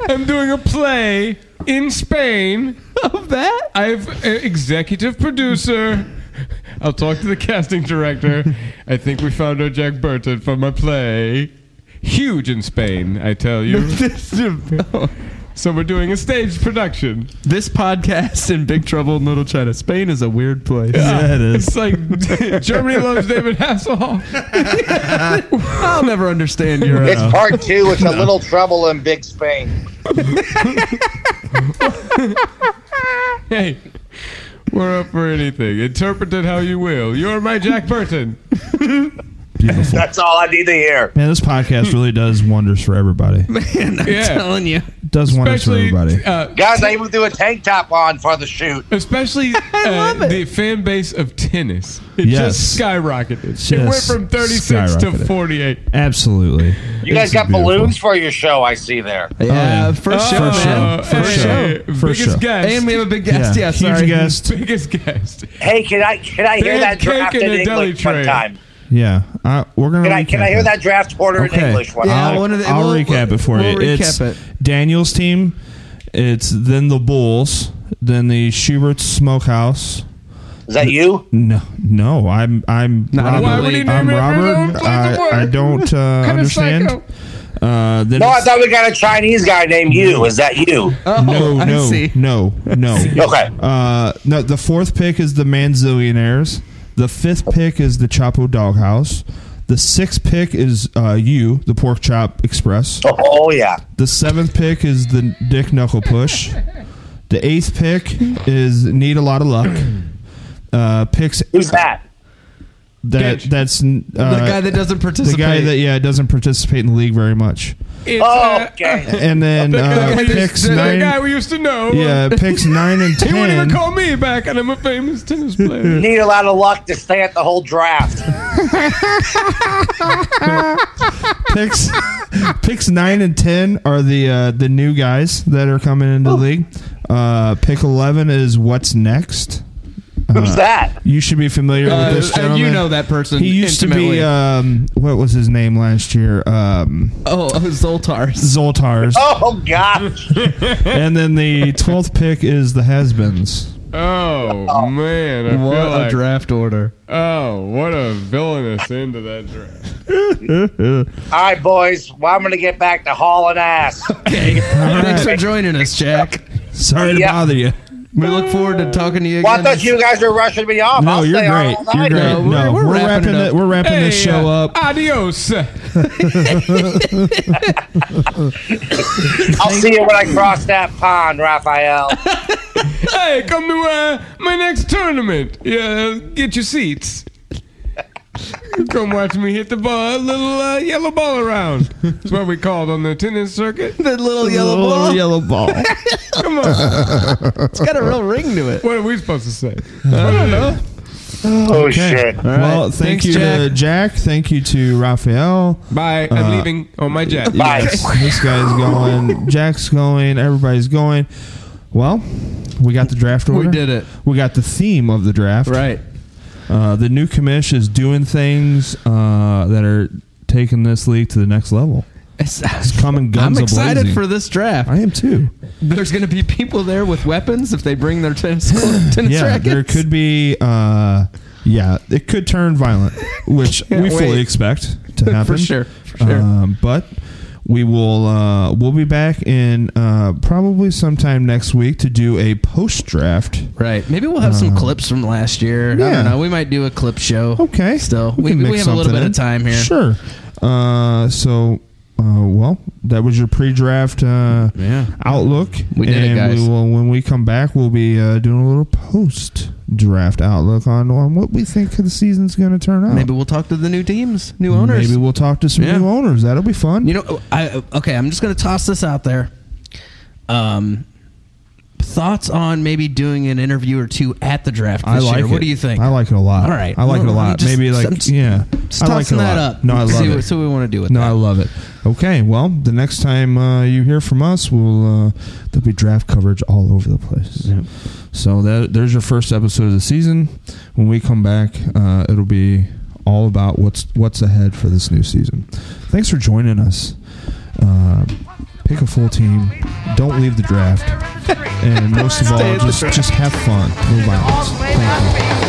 Speaker 5: I'm doing a play in Spain.
Speaker 2: Of that?
Speaker 5: I've uh, executive producer. I'll talk to the casting director. I think we found our Jack Burton for my play. Huge in Spain, I tell you.
Speaker 2: this,
Speaker 5: so we're doing a stage production.
Speaker 2: this podcast in Big Trouble in Little China. Spain is a weird place.
Speaker 1: Yeah, it is.
Speaker 5: It's like Germany loves David Hasselhoff.
Speaker 2: I'll never understand your.
Speaker 7: It's part two. It's a little trouble in Big Spain.
Speaker 5: Hey, we're up for anything. Interpret it how you will. You're my Jack Burton.
Speaker 1: Beautiful.
Speaker 7: That's all I need to hear.
Speaker 1: Man, this podcast really does wonders for everybody.
Speaker 2: man, I'm
Speaker 5: Yeah.
Speaker 2: telling you.
Speaker 1: does wonders for
Speaker 5: Especially,
Speaker 1: everybody.
Speaker 5: uh,
Speaker 7: Guys, I even threw a tank top on for the shoot.
Speaker 5: especially
Speaker 2: love
Speaker 5: uh,
Speaker 2: it.
Speaker 5: the fan base of tennis. It
Speaker 1: Yes.
Speaker 5: just skyrocketed. it went
Speaker 1: Just
Speaker 5: from 36 to
Speaker 1: skyrocketed.
Speaker 5: 48.
Speaker 1: Absolutely.
Speaker 7: You guys
Speaker 1: This is
Speaker 7: got
Speaker 1: beautiful.
Speaker 7: balloons for your show, I see there.
Speaker 2: Yeah,
Speaker 1: yeah.
Speaker 2: first
Speaker 5: Oh,
Speaker 2: show,
Speaker 1: First
Speaker 2: man.
Speaker 1: show. First
Speaker 5: hey,
Speaker 1: show. First
Speaker 5: biggest
Speaker 1: show.
Speaker 5: guest.
Speaker 2: And we have a big guest. Yeah,
Speaker 1: Yeah, huge
Speaker 2: sorry.
Speaker 1: guest.
Speaker 5: biggest guest.
Speaker 7: Hey, can I can I hear
Speaker 5: Big
Speaker 7: that
Speaker 5: cake
Speaker 7: draft
Speaker 5: and
Speaker 7: in
Speaker 5: a deli
Speaker 7: English one
Speaker 5: tray.
Speaker 7: time?
Speaker 1: Yeah, I, we're gonna.
Speaker 7: Can I can I
Speaker 1: recap
Speaker 7: hear
Speaker 1: it.
Speaker 7: that draft order in
Speaker 1: Okay.
Speaker 7: English one
Speaker 2: Yeah,
Speaker 7: time?
Speaker 2: I wanna-
Speaker 1: I'll
Speaker 2: we'll-
Speaker 1: recap it for you.
Speaker 2: we'll
Speaker 1: it's
Speaker 2: recap it.
Speaker 1: Daniel's team. It's then the Bulls, then the Schubert's Smokehouse.
Speaker 7: Is that you?
Speaker 1: No, no, I'm I'm
Speaker 2: No, I
Speaker 1: Robert.
Speaker 2: don't
Speaker 5: Why would he
Speaker 1: I'm
Speaker 5: name it after his own
Speaker 1: Robert.
Speaker 5: place of work?
Speaker 1: I, I don't uh,
Speaker 5: Kinda
Speaker 1: understand.
Speaker 5: psycho.
Speaker 1: Uh, then
Speaker 7: No, I
Speaker 1: it's-
Speaker 7: thought we got a Chinese guy named you. Is that you?
Speaker 2: Oh,
Speaker 1: no,
Speaker 2: I
Speaker 1: no,
Speaker 2: see.
Speaker 1: no, no,
Speaker 7: Okay.
Speaker 1: Uh, no, the fourth pick is the Manzillionaires. The fifth pick is the Chapo Doghouse. The sixth pick is uh, you, the Pork Chop Express.
Speaker 7: Oh yeah.
Speaker 1: The seventh pick is the Dick Knuckle Push. The eighth pick is Need a Lot of Luck. Uh, picks
Speaker 7: Who's that?
Speaker 1: that
Speaker 5: Ditch.
Speaker 1: that's uh,
Speaker 2: the guy that doesn't participate.
Speaker 1: that yeah doesn't participate in the league very much.
Speaker 5: It's,
Speaker 7: Oh,
Speaker 5: uh,
Speaker 7: okay.
Speaker 1: And then
Speaker 5: the guy
Speaker 1: uh,
Speaker 5: we used-
Speaker 1: picks
Speaker 5: the guy
Speaker 1: nine.
Speaker 5: we used to know.
Speaker 1: Yeah, picks nine and
Speaker 5: He wouldn't even
Speaker 1: ten.
Speaker 5: call me back, and I'm a famous tennis player.
Speaker 7: Need a lot of luck to stay at the whole draft.
Speaker 1: Picks picks nine and ten are the uh, the new guys that are coming into
Speaker 2: Oh.
Speaker 1: the league. Uh, pick eleven is what's next. Uh.
Speaker 7: Who's that?
Speaker 1: You should be familiar
Speaker 2: Uh,
Speaker 1: with this
Speaker 2: and
Speaker 1: gentleman.
Speaker 2: you know that person.
Speaker 1: He used to
Speaker 2: intimately.
Speaker 1: be um, what was his name last year? Um,
Speaker 2: oh, oh, Zoltars.
Speaker 1: Zoltars,
Speaker 7: Oh gosh.
Speaker 1: and then the twelfth pick is the Hasbins.
Speaker 5: Oh man, I
Speaker 2: What
Speaker 5: feel
Speaker 2: a
Speaker 5: like,
Speaker 2: draft order.
Speaker 5: Oh, what a villainous end to that draft.
Speaker 7: All right, boys. Well, I'm gonna get back to hauling ass.
Speaker 2: Okay. Thanks for joining us, Jack.
Speaker 1: Sorry to
Speaker 7: Yeah.
Speaker 1: bother you.
Speaker 2: We look forward to talking to you
Speaker 7: Well,
Speaker 2: again.
Speaker 7: I thought you guys were rushing me off.
Speaker 1: No,
Speaker 7: I'll
Speaker 1: you're
Speaker 7: stay
Speaker 1: great.
Speaker 7: on all
Speaker 1: You're
Speaker 7: night.
Speaker 1: great. No, we're, wrapping,
Speaker 2: it
Speaker 1: it.
Speaker 2: up.
Speaker 1: We're wrapping
Speaker 5: Hey,
Speaker 1: this show
Speaker 5: uh,
Speaker 1: up.
Speaker 5: Adios.
Speaker 7: I'll see you when I cross that pond, Raphael.
Speaker 5: hey, come to uh, my next tournament. Yeah, get your seats. Come watch me hit the ball, little uh, yellow ball around. That's what we called on the tennis circuit.
Speaker 2: the little yellow
Speaker 1: Little
Speaker 2: ball.
Speaker 1: yellow ball.
Speaker 5: Come on.
Speaker 2: It's got a real ring to it.
Speaker 5: What are we supposed to say? I don't know.
Speaker 7: Oh shit.
Speaker 1: Well,
Speaker 2: right.
Speaker 1: thank
Speaker 2: Thanks,
Speaker 1: you to Jack. Thank you to Raphael.
Speaker 5: Bye. I'm leaving on my jet.
Speaker 7: Bye.
Speaker 1: Yes, this guy's going. Jack's going. Everybody's going. Well, we got the draft order.
Speaker 2: did it.
Speaker 1: We got the theme of the draft.
Speaker 2: Right.
Speaker 1: Uh, the new commish is doing things uh, that are taking this league to the next level. It's coming guns
Speaker 2: I'm excited
Speaker 1: a-blazing.
Speaker 2: for this draft.
Speaker 1: I am too.
Speaker 2: There's going to be people there with weapons if they bring their tennis tennis
Speaker 1: yeah,
Speaker 2: rackets.
Speaker 1: there could be. Uh, yeah, it could turn violent, which
Speaker 2: Can't
Speaker 1: we fully
Speaker 2: wait.
Speaker 1: expect to
Speaker 2: For
Speaker 1: happen
Speaker 2: sure, for sure.
Speaker 1: Um, but we will. Uh, we'll be back in uh, probably sometime next week to do a post draft.
Speaker 2: Right. Maybe we'll have some clips from last year. I
Speaker 1: Um, yeah.
Speaker 2: don't know. We might do a clip show.
Speaker 1: Okay.
Speaker 2: Still, we,
Speaker 1: can
Speaker 2: we,
Speaker 1: mix
Speaker 2: have a little
Speaker 1: something
Speaker 2: bit
Speaker 1: in.
Speaker 2: of time here.
Speaker 1: Sure. Uh, so, uh, well, that was your pre-draft uh,
Speaker 2: Yeah.
Speaker 1: outlook.
Speaker 2: We did it,
Speaker 1: and
Speaker 2: guys.
Speaker 1: We will, when we come back, we'll be uh, doing a little post draft outlook on, on what we think the season's going to turn out.
Speaker 8: Maybe we'll talk to the new teams, new owners.
Speaker 1: Maybe we'll talk to some
Speaker 8: Yeah.
Speaker 1: new owners. That'll be fun.
Speaker 2: You know, I okay. I'm just gonna toss this out there. Um, thoughts on maybe doing an interview or two at the draft this
Speaker 1: I like
Speaker 2: year?
Speaker 1: it.
Speaker 2: What do you think?
Speaker 1: I like it a lot.
Speaker 2: All right.
Speaker 1: I like it a
Speaker 2: Well,
Speaker 1: lot.
Speaker 2: just-
Speaker 1: Maybe like
Speaker 2: I'm just-
Speaker 1: yeah.
Speaker 2: Just
Speaker 1: I like it
Speaker 2: tossing
Speaker 1: a
Speaker 2: that
Speaker 1: lot.
Speaker 2: up.
Speaker 1: No, I love
Speaker 2: see
Speaker 1: it.
Speaker 2: What, see what we want to do with
Speaker 1: No,
Speaker 2: that.
Speaker 1: I love it. Okay, well, the next time uh, you hear from us, we'll uh, there'll be draft coverage all over the place. So that, there's your first episode of the season. When we come back, uh, it'll be all about what's what's ahead for this new season. Thanks for joining us. Uh, pick a full team. Don't leave the draft, and most of all, just just have fun. No violence. Thank you.
Speaker 9: Thank you.